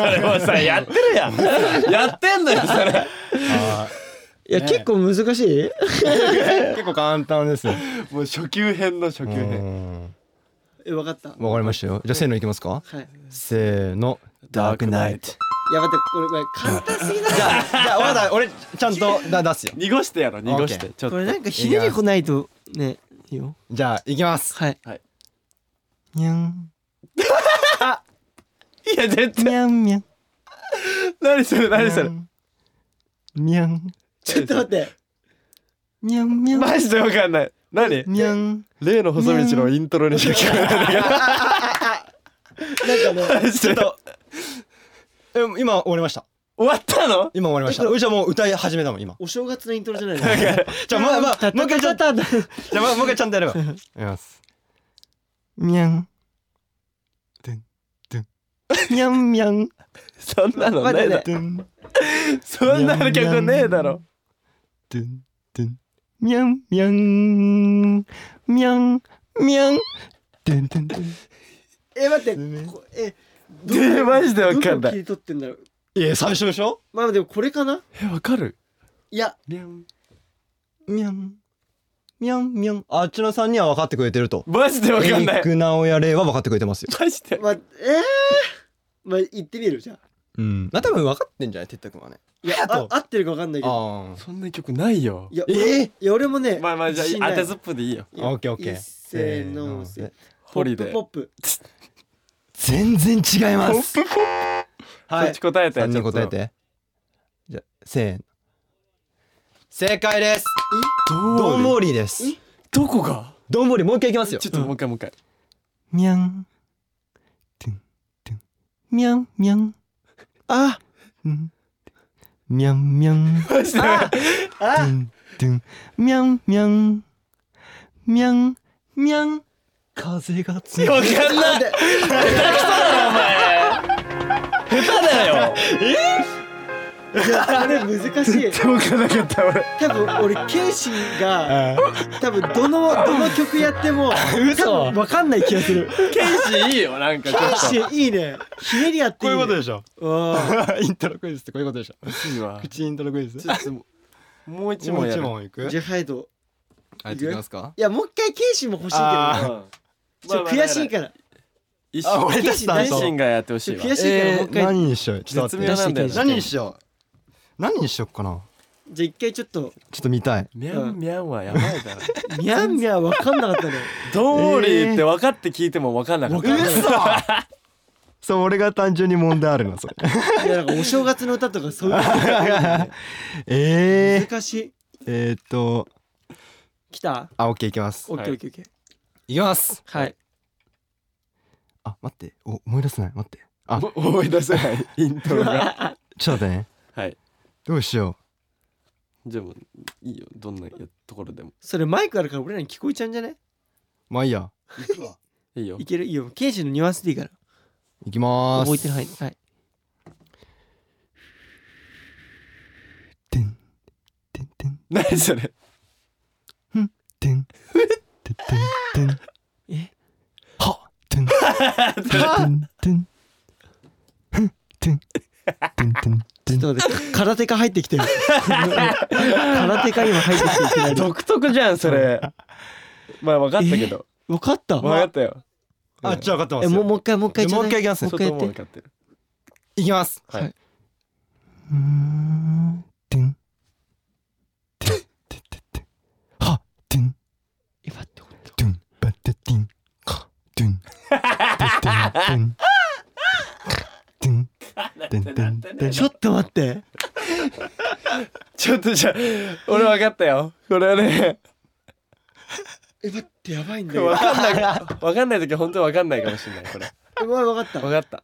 [SPEAKER 3] れもさやってるやん。 *laughs* やってんのよそれ。
[SPEAKER 5] あ
[SPEAKER 1] いや
[SPEAKER 5] ね
[SPEAKER 1] 結構難しい
[SPEAKER 2] 結構簡単ですね
[SPEAKER 3] もう初級編の初級編。
[SPEAKER 2] うん
[SPEAKER 1] えわかった
[SPEAKER 2] わかりましたよじゃあせーのいきますか
[SPEAKER 1] はい
[SPEAKER 2] せーの
[SPEAKER 3] ダークナイト。
[SPEAKER 1] やばってこれこれ簡単すぎだ
[SPEAKER 2] じゃあ、じゃあ、わかった、俺、ちゃんとだ出すよ。
[SPEAKER 3] 濁してやろ濁してちょっ
[SPEAKER 1] ことれなんかひねりこないとねいいよ
[SPEAKER 2] じゃあ、いきます。
[SPEAKER 1] はい
[SPEAKER 6] にゃん
[SPEAKER 3] いや絶
[SPEAKER 6] に
[SPEAKER 3] 対
[SPEAKER 6] ゃんにゃん
[SPEAKER 3] 何それ何それ
[SPEAKER 6] にゃん
[SPEAKER 1] ちょっと待って
[SPEAKER 6] にゃんにゃん
[SPEAKER 3] マジでわかんない何
[SPEAKER 6] にゃん
[SPEAKER 3] 例の細道のイントロにしか聞こえないんだけど
[SPEAKER 1] なんかね
[SPEAKER 3] マジで
[SPEAKER 2] え、今終わりました。
[SPEAKER 3] 終わったの
[SPEAKER 2] 今終わりました。うちはもう歌い始めたもん、今。
[SPEAKER 1] お正月のイントロじゃないの
[SPEAKER 2] じゃあ、まあ、まあ、もう一回ちゃんと、
[SPEAKER 1] たたた
[SPEAKER 2] じゃあ、まあもう一回ちゃんとやれば。やります。
[SPEAKER 6] にゃんてんてんにゃんにゃん
[SPEAKER 3] そんなのねえだろ
[SPEAKER 6] てん
[SPEAKER 3] そんなの曲ねえだろ
[SPEAKER 6] てんてんにゃんにゃんにゃんにゃんてんてんてん
[SPEAKER 1] え待ってこえどこ
[SPEAKER 3] えマジでわかん
[SPEAKER 1] どこ
[SPEAKER 3] な
[SPEAKER 1] 切
[SPEAKER 3] い
[SPEAKER 1] り取ってんだろう
[SPEAKER 2] いや、最初でしょ
[SPEAKER 1] まあでもこれかな
[SPEAKER 3] えわかる
[SPEAKER 1] いや
[SPEAKER 6] にゃんにゃんにゃん
[SPEAKER 2] あっちのさんには分かってくれてると。
[SPEAKER 3] マジでわ
[SPEAKER 2] エリ
[SPEAKER 3] かんな
[SPEAKER 2] ッ
[SPEAKER 3] い
[SPEAKER 2] ク直哉レイは分かってくれてますよ。
[SPEAKER 3] マジで
[SPEAKER 1] まあえーまあ言ってみるじゃあ
[SPEAKER 2] うん。
[SPEAKER 6] まあ多分分かってんじゃないてったくんはね
[SPEAKER 1] いやあ合ってるかわかんないけど
[SPEAKER 2] あ
[SPEAKER 3] そんな曲ないよ
[SPEAKER 1] いや
[SPEAKER 2] えー
[SPEAKER 1] いや俺もね
[SPEAKER 3] まあまあじゃ
[SPEAKER 1] 自信
[SPEAKER 3] あ
[SPEAKER 1] ない
[SPEAKER 3] 当てずっぽでいいよ
[SPEAKER 1] いや
[SPEAKER 2] オッケーオッケー
[SPEAKER 1] 一せーの
[SPEAKER 2] せーの
[SPEAKER 1] せ
[SPEAKER 3] ホリデー
[SPEAKER 1] ポップ
[SPEAKER 6] 全然違います
[SPEAKER 2] あ。は
[SPEAKER 3] そ
[SPEAKER 2] い
[SPEAKER 3] っち。答えて
[SPEAKER 2] 3人
[SPEAKER 3] ちょっと
[SPEAKER 2] 答えて。じゃあ、せーの。正解です。ドン
[SPEAKER 3] どう
[SPEAKER 2] モーリーです。
[SPEAKER 3] どこが
[SPEAKER 2] ドンモーリー、もう一回いきますよ
[SPEAKER 3] ち。ょっともう一回もう一回
[SPEAKER 6] にゃんてんてんにゃんにゃん
[SPEAKER 1] あ
[SPEAKER 6] うんにゃんにゃん
[SPEAKER 3] マジでわかんない
[SPEAKER 6] てんてんにゃんにゃんにゃんにゃん風が強い
[SPEAKER 3] わかん
[SPEAKER 1] な
[SPEAKER 3] ない
[SPEAKER 1] んで
[SPEAKER 3] 下手だよ
[SPEAKER 1] いやこれ難しい
[SPEAKER 3] わかんなかった俺
[SPEAKER 1] 多分俺ケイシーが多分どのどの曲やっても
[SPEAKER 2] 嘘
[SPEAKER 1] 多分わかんない気がする
[SPEAKER 3] ケイシーいいよなんかちょっ
[SPEAKER 1] ケ
[SPEAKER 3] と
[SPEAKER 1] イシーいいねひねりやっていい、ね、
[SPEAKER 2] でしょ。
[SPEAKER 1] うん
[SPEAKER 2] *laughs* イントロクイズってこういうことでしょ。
[SPEAKER 3] いいわ
[SPEAKER 2] 口イントロクイズ
[SPEAKER 3] ちょっともうもう一
[SPEAKER 2] も
[SPEAKER 3] 問
[SPEAKER 2] う
[SPEAKER 3] や
[SPEAKER 2] 一
[SPEAKER 3] る
[SPEAKER 2] 問いく
[SPEAKER 1] ジェフハイド
[SPEAKER 6] あいきますか
[SPEAKER 1] いやもう一回ケイシーも欲しいけど
[SPEAKER 3] う
[SPEAKER 1] な
[SPEAKER 3] ん
[SPEAKER 2] あ
[SPEAKER 1] ちょっと悔しいから
[SPEAKER 3] 一
[SPEAKER 2] あ、
[SPEAKER 3] 瞬
[SPEAKER 2] 俺出した
[SPEAKER 1] らケイ
[SPEAKER 2] ん
[SPEAKER 1] シ
[SPEAKER 3] 自身がやってほしいわ
[SPEAKER 1] 悔しいからもう一回、
[SPEAKER 2] 何にしようちょっと待
[SPEAKER 3] 絶妙
[SPEAKER 2] って
[SPEAKER 3] なんだよね
[SPEAKER 2] 何にしよう何にしよっかな
[SPEAKER 1] じゃあ一回ちょっと
[SPEAKER 2] ちょっと見たい
[SPEAKER 3] ミャンミャンはやばいだろ
[SPEAKER 1] ミャンミャンわかんなかったね
[SPEAKER 3] ドーリーって分かって聞いても分かんなかった、
[SPEAKER 2] *laughs* そう俺が単純に問題あるなそれ
[SPEAKER 1] いやなんかお正月の歌とかそういうの
[SPEAKER 2] えー
[SPEAKER 1] 難しい
[SPEAKER 2] えーっと
[SPEAKER 1] 来た
[SPEAKER 2] あオッケーいきます
[SPEAKER 1] オッケーオッケーオッケー
[SPEAKER 2] いきます
[SPEAKER 1] はい
[SPEAKER 2] あ待ってお思い出せない待ってあ
[SPEAKER 3] も思い出せないイントロが
[SPEAKER 2] ちょっと待ってね
[SPEAKER 3] はい
[SPEAKER 2] どうしよ
[SPEAKER 3] じゃあもういいよどんなやところでも
[SPEAKER 1] それマイクあるから俺らに聞こえちゃうんじゃね
[SPEAKER 2] うまあいいや
[SPEAKER 3] いいよ
[SPEAKER 1] いけるいいよケイシーのニュアンスでいいから
[SPEAKER 2] いきまーす
[SPEAKER 1] 覚えてる範囲ではい
[SPEAKER 6] てんてんてん
[SPEAKER 3] 何それ
[SPEAKER 6] てんてんてんてん
[SPEAKER 1] え
[SPEAKER 6] はてんてんてんふんてんてんてんてん
[SPEAKER 1] ちょっと待って空手家入ってきて *laughs* る空手家今入ってきていきなり *laughs*
[SPEAKER 3] 独特じゃんそれまあ分かったけど
[SPEAKER 1] 分かった
[SPEAKER 3] 分かったよ
[SPEAKER 2] あちょっと分かって
[SPEAKER 1] え
[SPEAKER 2] ます
[SPEAKER 1] もう
[SPEAKER 2] よ
[SPEAKER 1] もう一回もう一回ちょうだ
[SPEAKER 2] もう一回いきます
[SPEAKER 1] もう一回やっ
[SPEAKER 3] 外も
[SPEAKER 1] て
[SPEAKER 3] 分かってる
[SPEAKER 2] いきます
[SPEAKER 3] はい、
[SPEAKER 1] はい
[SPEAKER 6] てんてんてんてんてんはてん
[SPEAKER 1] え待って
[SPEAKER 6] てんばててんかてん
[SPEAKER 2] *laughs*
[SPEAKER 6] てんてんてんてんてんてんてん
[SPEAKER 1] ちょっと待って
[SPEAKER 3] ちょっとじゃあ俺分かったよこれはね
[SPEAKER 1] え待ってやばいんだ
[SPEAKER 3] 分
[SPEAKER 1] よ
[SPEAKER 3] かんない分かんない時は本当分かんないかもしれないこれ
[SPEAKER 1] うわ分かった
[SPEAKER 3] 分かった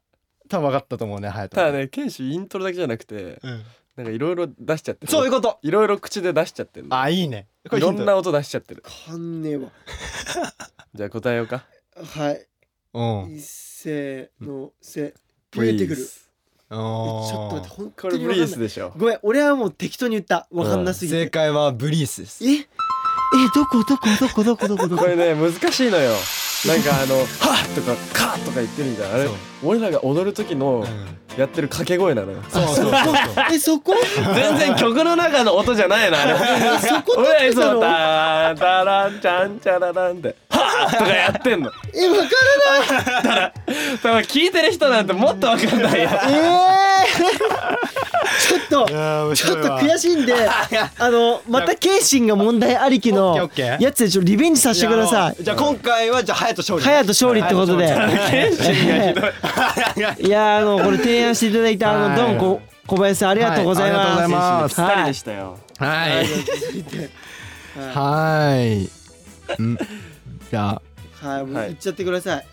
[SPEAKER 2] 多分分かったと思うね隼人
[SPEAKER 3] ただねケンシイントロだけじゃなくて
[SPEAKER 2] うん
[SPEAKER 3] なんかいろいろ出しちゃってる
[SPEAKER 2] そういうこと
[SPEAKER 3] いろいろ口で出しちゃってる
[SPEAKER 2] あいいねこ
[SPEAKER 3] い
[SPEAKER 2] れヒ
[SPEAKER 3] ろ
[SPEAKER 2] ント
[SPEAKER 3] んな音出しちゃってる
[SPEAKER 1] かんねえわ
[SPEAKER 3] じゃあ答えようか
[SPEAKER 1] はい
[SPEAKER 2] うん
[SPEAKER 1] 一せーのせ見えてくるえち
[SPEAKER 3] ブリーズ
[SPEAKER 1] ょっと待って本
[SPEAKER 3] こ
[SPEAKER 1] 当
[SPEAKER 3] れ
[SPEAKER 1] に分
[SPEAKER 3] ブ
[SPEAKER 1] か
[SPEAKER 3] リ
[SPEAKER 1] う
[SPEAKER 3] ー
[SPEAKER 1] ん
[SPEAKER 3] ス
[SPEAKER 1] ない
[SPEAKER 3] でしょ
[SPEAKER 1] ごめん俺はもう適当に言った分かんなすぎ
[SPEAKER 2] 正
[SPEAKER 1] て
[SPEAKER 2] 解はブリースです
[SPEAKER 1] ええどこどこどこどこどこど
[SPEAKER 3] こ
[SPEAKER 1] こ
[SPEAKER 3] れね難しいのよなんかあの「はっ!」とか「かっ!」とか言ってるんじゃんあれ
[SPEAKER 2] そう
[SPEAKER 3] 俺らが踊る時の
[SPEAKER 2] うん
[SPEAKER 3] やってる掛け声なのよ
[SPEAKER 2] そうそうそうそう
[SPEAKER 1] えそこ
[SPEAKER 3] 全然曲の中の音じゃないなあれ *laughs*
[SPEAKER 1] そこ
[SPEAKER 3] 俺ら
[SPEAKER 1] 撮
[SPEAKER 3] い
[SPEAKER 1] って
[SPEAKER 3] つも
[SPEAKER 1] た
[SPEAKER 3] 「
[SPEAKER 1] の
[SPEAKER 3] *laughs* タータランチャンチャララン」 *laughs* って「はっ!」とかやってんの
[SPEAKER 1] え分か
[SPEAKER 3] 多分聞いてる人なんてもっとわかんないよ
[SPEAKER 1] らないえ *laughs* ちょっとちょっと悔しいんであのまた謙信が問題ありき
[SPEAKER 7] オッ
[SPEAKER 1] の
[SPEAKER 7] ケーオッケー
[SPEAKER 1] やつでちょっとリベンジさせてください
[SPEAKER 7] じゃあ今回はじゃあ隼人勝利
[SPEAKER 1] 隼人勝利ってことで *laughs* いやーあのこれ提案していただいたあのドンこ小林さんありがとうござい
[SPEAKER 2] はいありがとうござい
[SPEAKER 1] ま
[SPEAKER 2] ますあ
[SPEAKER 8] ぴったりでしたよ。
[SPEAKER 7] はい
[SPEAKER 2] はい。うん。じゃあ、
[SPEAKER 1] はいもう
[SPEAKER 8] はい
[SPEAKER 1] 行っちゃってください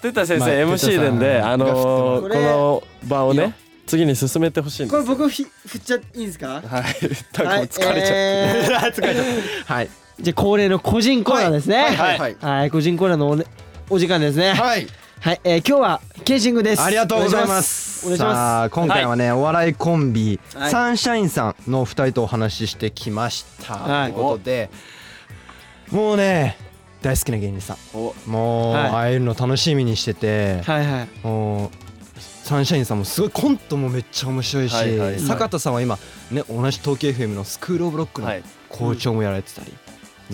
[SPEAKER 8] てた先生
[SPEAKER 2] まあ
[SPEAKER 8] MC でんで、
[SPEAKER 2] 哲太さん
[SPEAKER 8] あのー
[SPEAKER 1] こ
[SPEAKER 8] こ
[SPEAKER 1] れ
[SPEAKER 8] の場をね次に進めてほしいん
[SPEAKER 1] こ
[SPEAKER 8] で
[SPEAKER 1] れ
[SPEAKER 8] す。
[SPEAKER 1] 僕ひ振っちゃっていいんですか
[SPEAKER 3] *laughs*
[SPEAKER 8] はい。なんかもう疲れちゃって。
[SPEAKER 1] ゃって
[SPEAKER 2] はい。
[SPEAKER 1] じゃあ恒例の個人コーナーですねはい
[SPEAKER 7] はいはい
[SPEAKER 1] 個人コーナーのお,、ね、お時間ですねはい、
[SPEAKER 7] はい
[SPEAKER 1] えー今日はケーシングです
[SPEAKER 2] ありがとうございます。
[SPEAKER 1] お願いします
[SPEAKER 2] さあ、今回はね、お笑いコンビ、
[SPEAKER 1] はい
[SPEAKER 2] サンシャインさんのお二人とお話ししてきました。
[SPEAKER 1] はい
[SPEAKER 2] ということで、もうね、大好きな芸人さん。
[SPEAKER 8] お
[SPEAKER 2] もう、
[SPEAKER 1] はい
[SPEAKER 2] 会えるの楽しみにしてて、
[SPEAKER 1] はいはい
[SPEAKER 2] もうサンシャインさんもすごいコントもめっちゃ面白いし、
[SPEAKER 8] はいはい
[SPEAKER 2] 坂田さんは今ね同じ東京 FM のスクールオブロックの
[SPEAKER 8] はい
[SPEAKER 2] 校長もやられてたり、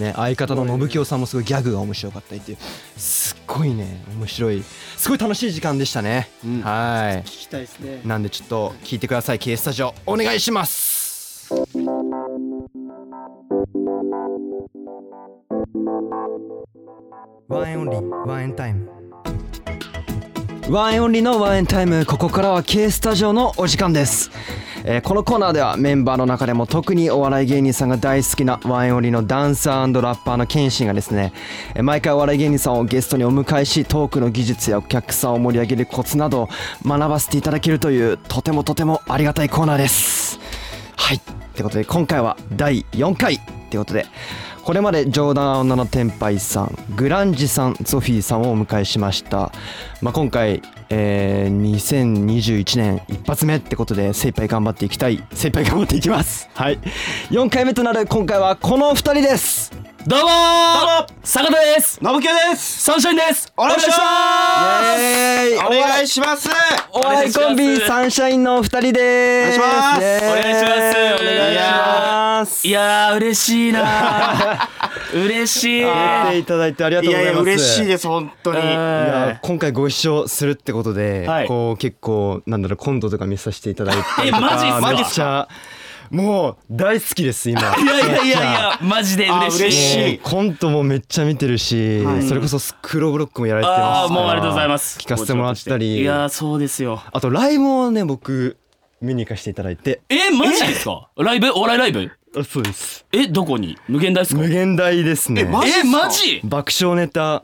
[SPEAKER 2] ね相方の信清さんもすごいギャグが面白かったりっていうすっごいね面白いすごい楽しい時間でしたね、
[SPEAKER 8] うん
[SPEAKER 2] は
[SPEAKER 1] 聞きたいですね
[SPEAKER 2] いなんでちょっと聞いてください K スタジオお願いしますワンエンオンリーワンエンタイムワンエンオンリーのワンエンタイムここからは K スタジオのお時間です、えーこのコーナーではメンバーの中でも特にお笑い芸人さんが大好きなワンエンオンリーのダンサーラッパーのケンシンがですねえー毎回お笑い芸人さんをゲストにお迎えしトークの技術やお客さんを盛り上げるコツなど学ばせていただけるというとてもとてもありがたいコーナーですはいってことで今回は第4回ってことでこれまで冗談女の天杯さんグランジさんゾフィーさんをお迎えしました、まあ、今回、えー2021年一発目ってことで精一杯頑張っていきたい精一杯頑張っていきますはい4回目となる今回はこの2人です
[SPEAKER 8] どうもー坂田です
[SPEAKER 7] 信清です
[SPEAKER 8] サンシャインです
[SPEAKER 7] お願いします
[SPEAKER 2] イエーイ
[SPEAKER 7] お願いします
[SPEAKER 2] お笑いコンビ
[SPEAKER 8] ン
[SPEAKER 2] サンシャインのお二人です
[SPEAKER 7] お願いします
[SPEAKER 2] イエーイ
[SPEAKER 8] お願いしますお願いし
[SPEAKER 2] ます
[SPEAKER 8] いやー嬉しい *laughs* なー嬉しい
[SPEAKER 2] 来ていただいてありがとう
[SPEAKER 7] い
[SPEAKER 2] ござ
[SPEAKER 7] やい
[SPEAKER 2] います
[SPEAKER 7] や嬉しいです本当に
[SPEAKER 8] うん
[SPEAKER 2] いや今回ご一緒するってことで、
[SPEAKER 8] はい
[SPEAKER 2] こう結構なんだろうコントとか見させていただいて
[SPEAKER 8] えマジっすか
[SPEAKER 2] めっちゃもう大好きです今
[SPEAKER 8] いやいやいやいやマジで嬉しい
[SPEAKER 7] あ嬉しい
[SPEAKER 2] もうコントもめっちゃ見てるし、それこそスクローブロックもやられてます
[SPEAKER 8] あ
[SPEAKER 2] か
[SPEAKER 8] あ
[SPEAKER 2] ら
[SPEAKER 8] もうありがとうございます
[SPEAKER 2] 聞かせてもらった
[SPEAKER 8] い
[SPEAKER 2] り
[SPEAKER 8] や
[SPEAKER 2] あ
[SPEAKER 8] ーそうですよ
[SPEAKER 2] とライブをね僕見に行かせていただいて
[SPEAKER 8] えマジですかライブお笑いライブ
[SPEAKER 2] あそうです
[SPEAKER 8] えどこに無限大ですか
[SPEAKER 2] 無限大ですね
[SPEAKER 7] マジっす
[SPEAKER 8] え
[SPEAKER 7] か
[SPEAKER 8] マジ
[SPEAKER 2] 爆笑ネタ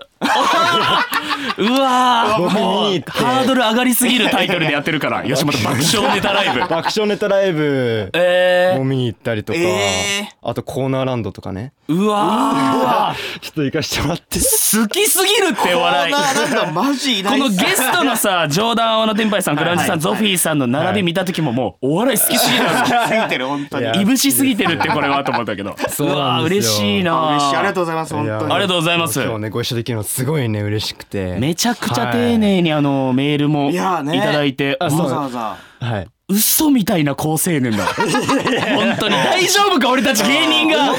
[SPEAKER 8] うわ
[SPEAKER 2] 僕
[SPEAKER 8] ーも
[SPEAKER 2] 見
[SPEAKER 8] う
[SPEAKER 2] に行って
[SPEAKER 8] ハードル上がりすぎるタイトルでやってる *laughs* から吉本爆笑ネタライブ
[SPEAKER 2] 爆笑ネタライブ
[SPEAKER 8] え
[SPEAKER 2] も見に行ったりとか、
[SPEAKER 7] え
[SPEAKER 2] あとコーナーランドとかね
[SPEAKER 8] ー、うわー
[SPEAKER 2] ちょっと行かしてもらって
[SPEAKER 8] 好きすぎるってお笑い
[SPEAKER 7] あなんだマジいな
[SPEAKER 8] こ
[SPEAKER 7] い
[SPEAKER 8] のゲストのさ冗談青の天杯さんグランジさんゾフィーさんの並び見た時ももうお笑い好きすぎる
[SPEAKER 7] ついてる本当に
[SPEAKER 2] *laughs* い
[SPEAKER 7] い
[SPEAKER 2] や
[SPEAKER 7] や
[SPEAKER 8] いぶしすぎてるってこれはと思ったけど
[SPEAKER 2] そうなん
[SPEAKER 8] わー
[SPEAKER 2] ですよ
[SPEAKER 8] 嬉しいな
[SPEAKER 7] 嬉しいありがとう
[SPEAKER 8] う
[SPEAKER 7] ございます *laughs* 本
[SPEAKER 2] や
[SPEAKER 7] 当に
[SPEAKER 8] ありがとうございます
[SPEAKER 2] 今日ねご一緒できるのすごいね嬉しくて
[SPEAKER 8] めちゃくちゃ丁寧にあのメールも
[SPEAKER 7] い
[SPEAKER 8] い
[SPEAKER 7] やー
[SPEAKER 8] た
[SPEAKER 7] ね
[SPEAKER 8] だいて
[SPEAKER 2] あ
[SPEAKER 8] も
[SPEAKER 2] そう
[SPEAKER 7] わ
[SPEAKER 8] う
[SPEAKER 7] ざわざ
[SPEAKER 2] はい
[SPEAKER 8] 嘘みたいな好青年だ本当に大丈夫か俺たち芸人が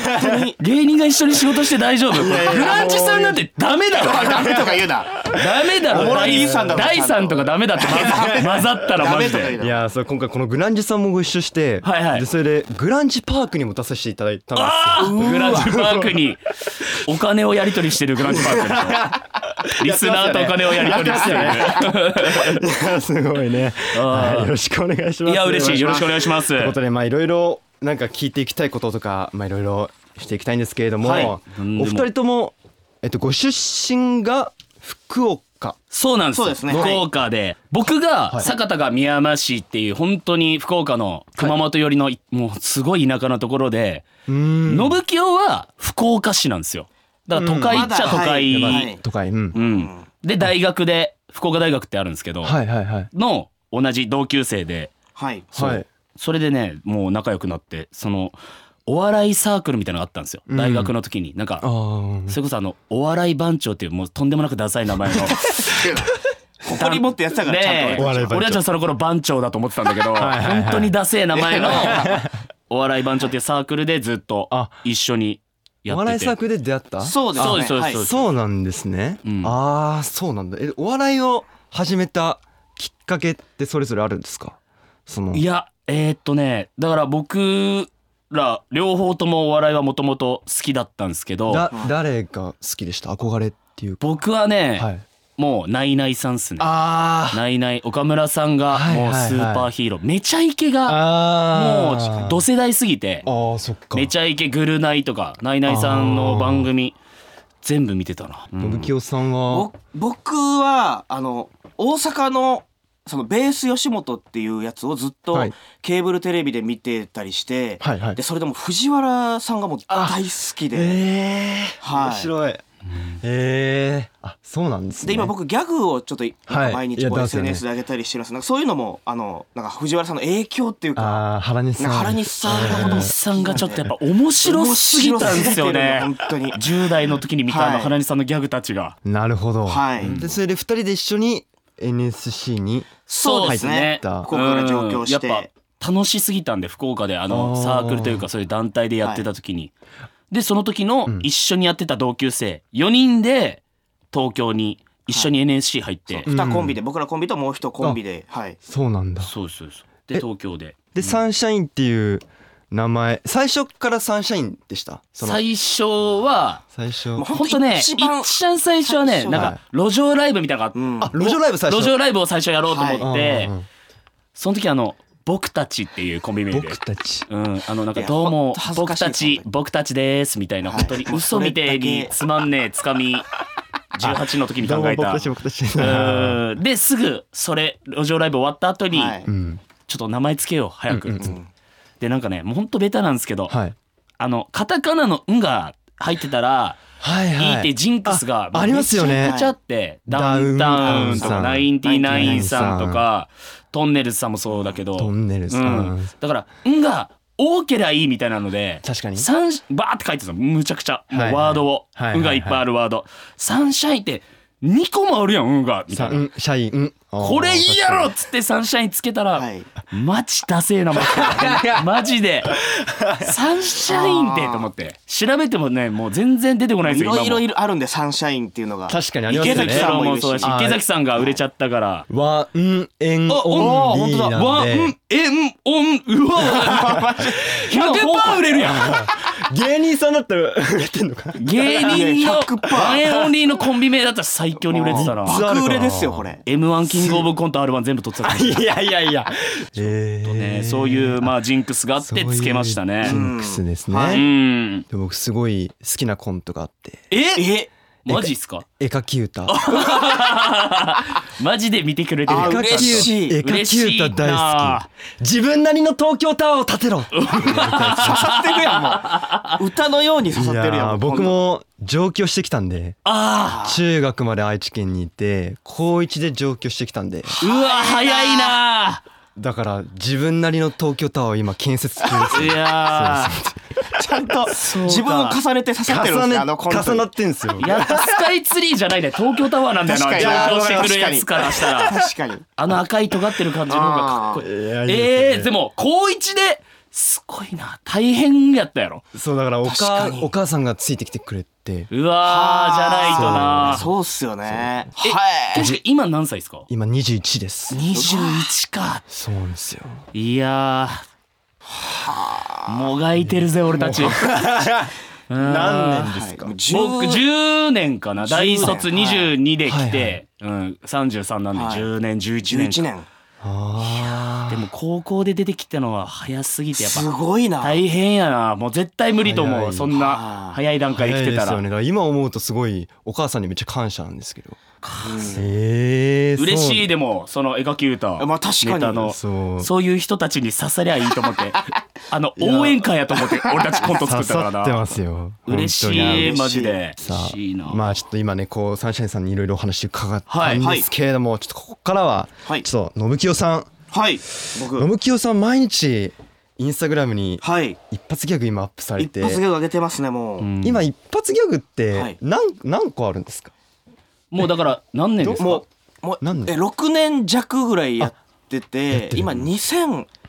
[SPEAKER 8] 芸人が一緒に仕事して大丈夫グランジさんなんてダメだろ
[SPEAKER 7] ダメとか言うな
[SPEAKER 8] ダメだろ
[SPEAKER 7] おもろい兄さんだろ
[SPEAKER 8] 第三とかダメだって混ざったら
[SPEAKER 7] ダ
[SPEAKER 8] マ
[SPEAKER 7] メ
[SPEAKER 8] ジ
[SPEAKER 7] とか言
[SPEAKER 8] で
[SPEAKER 7] うない
[SPEAKER 2] やーそう今回このグランジさんもご一緒して、
[SPEAKER 8] はいはい
[SPEAKER 2] でそれでグランジパークにも出させていただいたんですよ
[SPEAKER 8] グランジパークにお金をやり取りしてるグランジパ *laughs* ークにリスナーとお金をやり取りしてる
[SPEAKER 2] いや *laughs* すごいね、
[SPEAKER 8] あー
[SPEAKER 2] はい、よろしくお願いします
[SPEAKER 8] いや嬉しいよろしくお
[SPEAKER 2] 願いし
[SPEAKER 8] 願いします
[SPEAKER 2] ますということでまあいろいろなんか聞いていきたいこととかまあいろいろしていきたいんですけれども、
[SPEAKER 8] はい
[SPEAKER 2] お
[SPEAKER 8] うん
[SPEAKER 2] 二人ともえっとご出身が福岡
[SPEAKER 8] そうなんです
[SPEAKER 7] そうですね
[SPEAKER 8] 福岡で、僕が坂田が宮山市っていう本当に福岡の熊本寄りの、もうすごい田舎のところで、
[SPEAKER 2] うーん
[SPEAKER 8] 信清は福岡市なんですよだから都会っちゃ都会、
[SPEAKER 7] う
[SPEAKER 8] うんん
[SPEAKER 7] まだはい
[SPEAKER 2] 都会うん
[SPEAKER 8] で大学で福岡大学ってあるんですけど、
[SPEAKER 2] はいはいはい
[SPEAKER 8] の同じ同級生で
[SPEAKER 7] はい
[SPEAKER 2] はい
[SPEAKER 8] それでねもう仲良くなってそのお笑いサークルみたいなのがあったんですよ
[SPEAKER 2] ん
[SPEAKER 8] 大学の時に、なんか
[SPEAKER 2] あー
[SPEAKER 8] それこそあのお笑い番長っていうもうとんでもなくダサい
[SPEAKER 2] *laughs*
[SPEAKER 8] 名前の
[SPEAKER 7] 誇り持ってやってたからちゃん
[SPEAKER 8] ね
[SPEAKER 7] と
[SPEAKER 2] お笑い
[SPEAKER 8] え
[SPEAKER 2] 番長
[SPEAKER 8] 俺たちはその頃番長だと思ってたんだけど
[SPEAKER 2] いはいはい
[SPEAKER 8] 本当にダセえ名前のお笑い番長っていうサークルでずっと
[SPEAKER 2] あ
[SPEAKER 8] 一緒にや
[SPEAKER 2] お
[SPEAKER 8] ってて
[SPEAKER 2] 笑いサークルで出会った
[SPEAKER 7] そうですね
[SPEAKER 8] そうですそうです
[SPEAKER 7] はい
[SPEAKER 8] そうです
[SPEAKER 2] そうなんですね。
[SPEAKER 8] うん
[SPEAKER 2] ああ、そうなんだ。え、お笑いを始めたきっかけってそれぞれあるんですか。その
[SPEAKER 8] いやえーっとねだから僕ら両方ともお笑いはもともと好きだったんですけど
[SPEAKER 2] だ誰が好きでした憧れっていうか
[SPEAKER 8] 僕はね、
[SPEAKER 2] はい
[SPEAKER 8] もうナイナイさんっすね
[SPEAKER 2] あ
[SPEAKER 8] ナイナイ岡村さんが
[SPEAKER 2] はいはい
[SPEAKER 8] も
[SPEAKER 2] は
[SPEAKER 8] う
[SPEAKER 2] い
[SPEAKER 8] スーパーヒーロー、めちゃイケがも
[SPEAKER 2] あ
[SPEAKER 8] うど世代すぎて
[SPEAKER 2] ああそっか
[SPEAKER 8] めちゃイケグルナイとかナイナイさんの番組全部見てたな、うん
[SPEAKER 2] 信清さんは
[SPEAKER 9] ぼ僕はあの大阪のそのベース吉本っていうやつをずっと
[SPEAKER 2] はい
[SPEAKER 9] ケーブルテレビで見てたりして、
[SPEAKER 2] はいはい
[SPEAKER 9] でそれでも藤原さんがもう大好きで、
[SPEAKER 2] え
[SPEAKER 9] はい
[SPEAKER 2] 面白いええあそうなんですね
[SPEAKER 9] で今僕ギャグをちょっとなん
[SPEAKER 2] は
[SPEAKER 9] か
[SPEAKER 2] い
[SPEAKER 9] 毎
[SPEAKER 2] い
[SPEAKER 9] 日
[SPEAKER 2] や
[SPEAKER 9] こう
[SPEAKER 2] だってね
[SPEAKER 9] SNS で上げたりしてるんですなんかそういうのもあのなんか藤原さんの影響っていうか
[SPEAKER 2] ああ原西
[SPEAKER 9] な
[SPEAKER 2] さ
[SPEAKER 9] ん
[SPEAKER 2] ん
[SPEAKER 9] か原西さんのこと
[SPEAKER 8] 原
[SPEAKER 9] も
[SPEAKER 8] 西さんがちょっとやっぱ面白すぎたんですよね
[SPEAKER 9] 面白すぎてる
[SPEAKER 8] *laughs*
[SPEAKER 9] の本当に
[SPEAKER 8] 10代の時に見たあの
[SPEAKER 9] はい
[SPEAKER 8] 原西さんのギャグたちが
[SPEAKER 2] なるほど
[SPEAKER 9] はい、
[SPEAKER 2] でそれで二人で一緒に NSC に
[SPEAKER 9] そうですね
[SPEAKER 2] 入った
[SPEAKER 9] 福岡から上京して、
[SPEAKER 8] うんやっぱ楽しすぎたんで福岡であの
[SPEAKER 2] あー
[SPEAKER 8] サークルというかそういう団体でやってた時に、でその時の
[SPEAKER 2] うん
[SPEAKER 8] 一緒にやってた同級生4人で東京に一緒に NSC 入って、
[SPEAKER 9] そう2コンビで、僕らコンビともう一コンビではい
[SPEAKER 2] そうなんだ
[SPEAKER 8] そうですそうですで
[SPEAKER 2] え
[SPEAKER 8] 東京で
[SPEAKER 2] でサンシャインっていう名前最初からサンシャインでしたその
[SPEAKER 8] 最初は
[SPEAKER 2] 最初
[SPEAKER 9] もう
[SPEAKER 8] 本当ね
[SPEAKER 9] 一番
[SPEAKER 8] 一番最初はね
[SPEAKER 9] 最初
[SPEAKER 8] なん
[SPEAKER 2] はい
[SPEAKER 8] か路上ライブみたいなのがあっ
[SPEAKER 9] う
[SPEAKER 2] あ
[SPEAKER 9] ん
[SPEAKER 2] 路上ライブ最初
[SPEAKER 8] 路上ライブを最初やろうと思
[SPEAKER 2] う
[SPEAKER 8] っ
[SPEAKER 2] ん
[SPEAKER 8] て、
[SPEAKER 2] うん
[SPEAKER 8] その時あの「僕たち」っていうコンビ名
[SPEAKER 2] うん
[SPEAKER 8] で
[SPEAKER 2] 僕たち
[SPEAKER 8] うん、あのなんか
[SPEAKER 9] いや
[SPEAKER 8] どう
[SPEAKER 9] ほん
[SPEAKER 8] も
[SPEAKER 9] と恥ず
[SPEAKER 8] 僕
[SPEAKER 9] かしい
[SPEAKER 8] たち
[SPEAKER 9] 本当に
[SPEAKER 8] 僕たちですみたいな
[SPEAKER 9] はい
[SPEAKER 8] 本当に嘘みてえ
[SPEAKER 9] それだ
[SPEAKER 8] に
[SPEAKER 9] け
[SPEAKER 8] つまんねえつかみ18の時に考えた。
[SPEAKER 2] 僕たち
[SPEAKER 8] うんですぐそれ路上ライブ終わった後に
[SPEAKER 9] はい
[SPEAKER 2] *laughs* うん
[SPEAKER 8] ちょっと名前つけよう早く、
[SPEAKER 2] うんうん
[SPEAKER 9] うん
[SPEAKER 8] でなんかねもうほんとベタなんですけど、
[SPEAKER 2] はい
[SPEAKER 8] あのカタカナの「ん」が入ってたら
[SPEAKER 2] はい
[SPEAKER 8] いい
[SPEAKER 2] は
[SPEAKER 8] って
[SPEAKER 2] い
[SPEAKER 8] ジンクスが
[SPEAKER 2] あありますよね
[SPEAKER 8] めちゃくちゃあってダ
[SPEAKER 2] ダ
[SPEAKER 8] ウ
[SPEAKER 2] ウ
[SPEAKER 8] ン
[SPEAKER 2] ン
[SPEAKER 8] タ
[SPEAKER 2] タ
[SPEAKER 8] ウ
[SPEAKER 2] ウ
[SPEAKER 8] ン
[SPEAKER 2] ン
[SPEAKER 8] と
[SPEAKER 2] さん
[SPEAKER 8] かナインティナインさんとかトンネルズさんもそうだけど
[SPEAKER 2] トンネルさん
[SPEAKER 8] うん、だから「ん」が多けりゃいいみたいなので
[SPEAKER 2] 確かに
[SPEAKER 8] サンバーって書いてたのむちゃくちゃ、もう
[SPEAKER 2] はいはい
[SPEAKER 8] ワードを「
[SPEAKER 2] はいはいは
[SPEAKER 8] ん」
[SPEAKER 2] い
[SPEAKER 8] がいっぱいあるワード「サンシャイン」って2個もあるやん「ん」がみた
[SPEAKER 2] さ
[SPEAKER 8] いな。
[SPEAKER 2] ん社員うんあー
[SPEAKER 8] これいいやろっつってサンシャインつけたら、
[SPEAKER 9] はい
[SPEAKER 8] マジダセ
[SPEAKER 2] *laughs*
[SPEAKER 8] えなマジでマジでサンシャインってと思って調べてもねもう全然出てこないん
[SPEAKER 9] い
[SPEAKER 8] ですよ
[SPEAKER 9] ろいろい
[SPEAKER 8] 今も
[SPEAKER 9] るあるんでサンシャインっていうのが
[SPEAKER 2] 確かにあります
[SPEAKER 8] 池
[SPEAKER 2] よ
[SPEAKER 8] 崎
[SPEAKER 2] ね
[SPEAKER 8] さんもそうだし
[SPEAKER 9] あ
[SPEAKER 2] ー
[SPEAKER 8] 池崎さんが売れちゃったから。
[SPEAKER 2] ワンエン
[SPEAKER 8] あ
[SPEAKER 2] オンリー
[SPEAKER 8] お
[SPEAKER 2] な
[SPEAKER 8] ワ
[SPEAKER 2] ん
[SPEAKER 8] ン
[SPEAKER 2] で
[SPEAKER 8] エンオンう
[SPEAKER 2] *laughs*
[SPEAKER 8] わ100%売れるやん
[SPEAKER 2] 芸人さんだったらやってんの *laughs* かな
[SPEAKER 8] 芸人の
[SPEAKER 9] 100%
[SPEAKER 8] ワンエンオンリーのコンビ名だったら最強に売れてたな
[SPEAKER 2] あ
[SPEAKER 9] 爆売れですよこれ
[SPEAKER 8] m 1キングオブコント r 1全部取ってたから
[SPEAKER 2] いやいやいやえ
[SPEAKER 8] ねそういうまあジンクスがあっ
[SPEAKER 2] そうい
[SPEAKER 8] て
[SPEAKER 2] う
[SPEAKER 8] つけましたね
[SPEAKER 2] ジンクスです
[SPEAKER 9] うん
[SPEAKER 8] う
[SPEAKER 9] は
[SPEAKER 2] ね
[SPEAKER 8] ん
[SPEAKER 2] で僕すごい好きなコントがあって
[SPEAKER 8] えマジっすか
[SPEAKER 2] 絵描き歌
[SPEAKER 8] マジで見てくれてる
[SPEAKER 9] あ
[SPEAKER 2] 絵描
[SPEAKER 9] 嬉
[SPEAKER 2] き
[SPEAKER 9] しい
[SPEAKER 2] 絵描き歌大好き自分なりの東京タワーを建てろ
[SPEAKER 9] 刺さってるやんも
[SPEAKER 8] *laughs*
[SPEAKER 9] う歌のように刺さ
[SPEAKER 2] い
[SPEAKER 9] ってるやん
[SPEAKER 2] やー
[SPEAKER 9] う
[SPEAKER 2] 僕も上京してきたんで
[SPEAKER 8] あ
[SPEAKER 2] 中学まで愛知県にいて高1で上京してきたんで
[SPEAKER 8] ーうわ早いな
[SPEAKER 2] だから自分なりの東京タワーを今建設中です
[SPEAKER 9] *laughs*
[SPEAKER 8] いや
[SPEAKER 9] ちゃんと自分を重ねて刺さってる
[SPEAKER 2] 重
[SPEAKER 9] んです
[SPEAKER 2] ね
[SPEAKER 9] ねあのコントに
[SPEAKER 2] 重なってんすよ
[SPEAKER 8] ーやっぱスカイツリーじゃないね東京タワーなんだよな
[SPEAKER 9] 確
[SPEAKER 8] 上
[SPEAKER 9] かに
[SPEAKER 8] 京してくるやつからしたら
[SPEAKER 9] 確かに
[SPEAKER 8] あの赤い尖ってる感じの方がかっこいいえー、でも高一ですごいな大変やったやろ
[SPEAKER 2] そうだからお
[SPEAKER 9] 確
[SPEAKER 2] か
[SPEAKER 9] かに
[SPEAKER 2] お母さんがついてきてくれて
[SPEAKER 8] うわーじゃないとな
[SPEAKER 9] そうっすよね
[SPEAKER 8] え
[SPEAKER 9] はい
[SPEAKER 8] 確か今何歳ですか
[SPEAKER 2] 今21です
[SPEAKER 8] 21か
[SPEAKER 2] そうなんですよ
[SPEAKER 8] いやーもがいてるぜ俺たち *laughs* 何
[SPEAKER 2] 年ですか
[SPEAKER 9] はいもう
[SPEAKER 8] 僕
[SPEAKER 9] 10
[SPEAKER 8] 10年かな大卒
[SPEAKER 9] 10年
[SPEAKER 8] 22で来
[SPEAKER 2] は
[SPEAKER 8] て、うん、33なんで
[SPEAKER 9] はい
[SPEAKER 8] 10年11年か
[SPEAKER 9] 11年
[SPEAKER 2] あ
[SPEAKER 8] でも高校で出てきたのは早すぎてやっ
[SPEAKER 9] す
[SPEAKER 8] ぱ
[SPEAKER 9] ごいな
[SPEAKER 8] 大変やなもう絶対無理と思
[SPEAKER 2] 早い
[SPEAKER 8] うそんな早い段
[SPEAKER 2] あ
[SPEAKER 8] 階で来て
[SPEAKER 2] で
[SPEAKER 8] た
[SPEAKER 2] すよ
[SPEAKER 8] ら
[SPEAKER 2] ねだから今思うとすごいお母さんにめっちゃ感謝なんですけどへえー、
[SPEAKER 8] 嬉しい
[SPEAKER 2] で
[SPEAKER 8] でもその絵描き歌
[SPEAKER 9] まあ確かに
[SPEAKER 8] ネタの
[SPEAKER 2] そう
[SPEAKER 8] そういう人たちに刺さりゃいいと思ってあの応援歌やと思って俺たちコント
[SPEAKER 2] *laughs* 刺
[SPEAKER 8] 作ったから
[SPEAKER 2] さってま
[SPEAKER 8] な
[SPEAKER 2] すよ
[SPEAKER 8] 嬉し
[SPEAKER 2] 本当に
[SPEAKER 8] い
[SPEAKER 9] 本当に
[SPEAKER 8] マジで
[SPEAKER 2] さ
[SPEAKER 8] 嬉しいな
[SPEAKER 2] あまあちょっと今ねこうサンシャインさんにいろいろお話伺ったんですけれども、ちょっとここからは
[SPEAKER 9] はい
[SPEAKER 2] ちょっと信清さん、
[SPEAKER 9] はい僕
[SPEAKER 2] 信清さん毎日インスタグラムに
[SPEAKER 9] はい
[SPEAKER 2] 一発ギャグ今アップされ
[SPEAKER 9] 一
[SPEAKER 2] て
[SPEAKER 9] 発ギャグ上げてますねもう
[SPEAKER 8] うん
[SPEAKER 2] 今一発ギャグっ
[SPEAKER 9] は
[SPEAKER 2] て
[SPEAKER 9] い
[SPEAKER 2] 何,、何個あるんですか
[SPEAKER 8] もうだから何年ですか
[SPEAKER 9] もうもう
[SPEAKER 2] 何年
[SPEAKER 9] え6年弱ぐらいやって
[SPEAKER 2] やってる
[SPEAKER 9] て今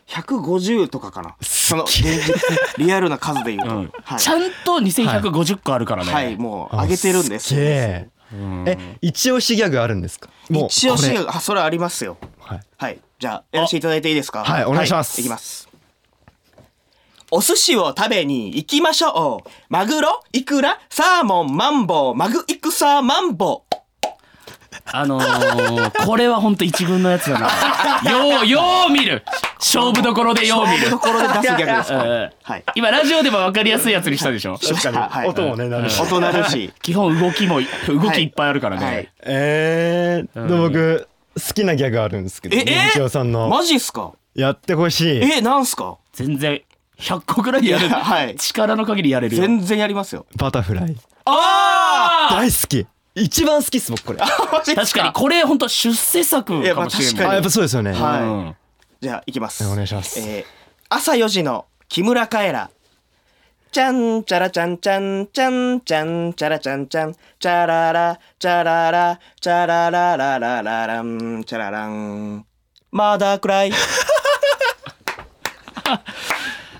[SPEAKER 9] 2150とかかなその現実リアルな数で言うと、
[SPEAKER 8] うん
[SPEAKER 9] はい
[SPEAKER 8] ちゃんと2150個あるからね、
[SPEAKER 9] はいもう上げてるんです
[SPEAKER 2] あげえ
[SPEAKER 8] うん
[SPEAKER 2] え一押しギャグあるんですかもう
[SPEAKER 9] 一押し
[SPEAKER 2] こ
[SPEAKER 9] があそれありますよ
[SPEAKER 2] れはい
[SPEAKER 9] はいじゃあやらせていただいていいですか
[SPEAKER 10] はいお願いします
[SPEAKER 9] いきますお寿司を食べに行きましょうマグロイクラサーモンマンボウマグイクサーマンボウ
[SPEAKER 8] あのー、これは本当一軍のやつだな。よう、よう見る勝負どころでよう見る
[SPEAKER 9] ところで出すギャグです
[SPEAKER 10] *laughs*
[SPEAKER 9] か
[SPEAKER 8] うん
[SPEAKER 9] はい
[SPEAKER 8] 今ラジオでも分かりやすいやつにしたでしょ
[SPEAKER 9] 確
[SPEAKER 2] かに音もねなるし
[SPEAKER 9] 大人だし
[SPEAKER 10] *laughs*
[SPEAKER 8] 基本動きも、動きいっぱいあるからね。
[SPEAKER 9] はい
[SPEAKER 2] えー、で僕好きなギャグあるんですけど
[SPEAKER 9] ええ
[SPEAKER 2] みちおさんの
[SPEAKER 9] マジっすか
[SPEAKER 2] やってほしい
[SPEAKER 9] えなんすか
[SPEAKER 8] 全然、100個ぐらいやる。
[SPEAKER 9] いやはい
[SPEAKER 8] 力の限りやれるよ。
[SPEAKER 9] 全然やりますよ
[SPEAKER 2] バタフライ
[SPEAKER 8] あ
[SPEAKER 2] 大好き一番好きっす僕これあ
[SPEAKER 8] あ確かに、これ本当出世作かもしれない。
[SPEAKER 2] やっぱそうですよね
[SPEAKER 9] はい
[SPEAKER 8] うん
[SPEAKER 9] じゃあ行きます。
[SPEAKER 2] お願いします
[SPEAKER 9] えー朝4時の木村カエラ。ちゃんちゃらちゃんちゃんちゃんちゃんちゃらちゃんちゃんちゃららちゃららちゃららららららんちゃららん。まだ暗い。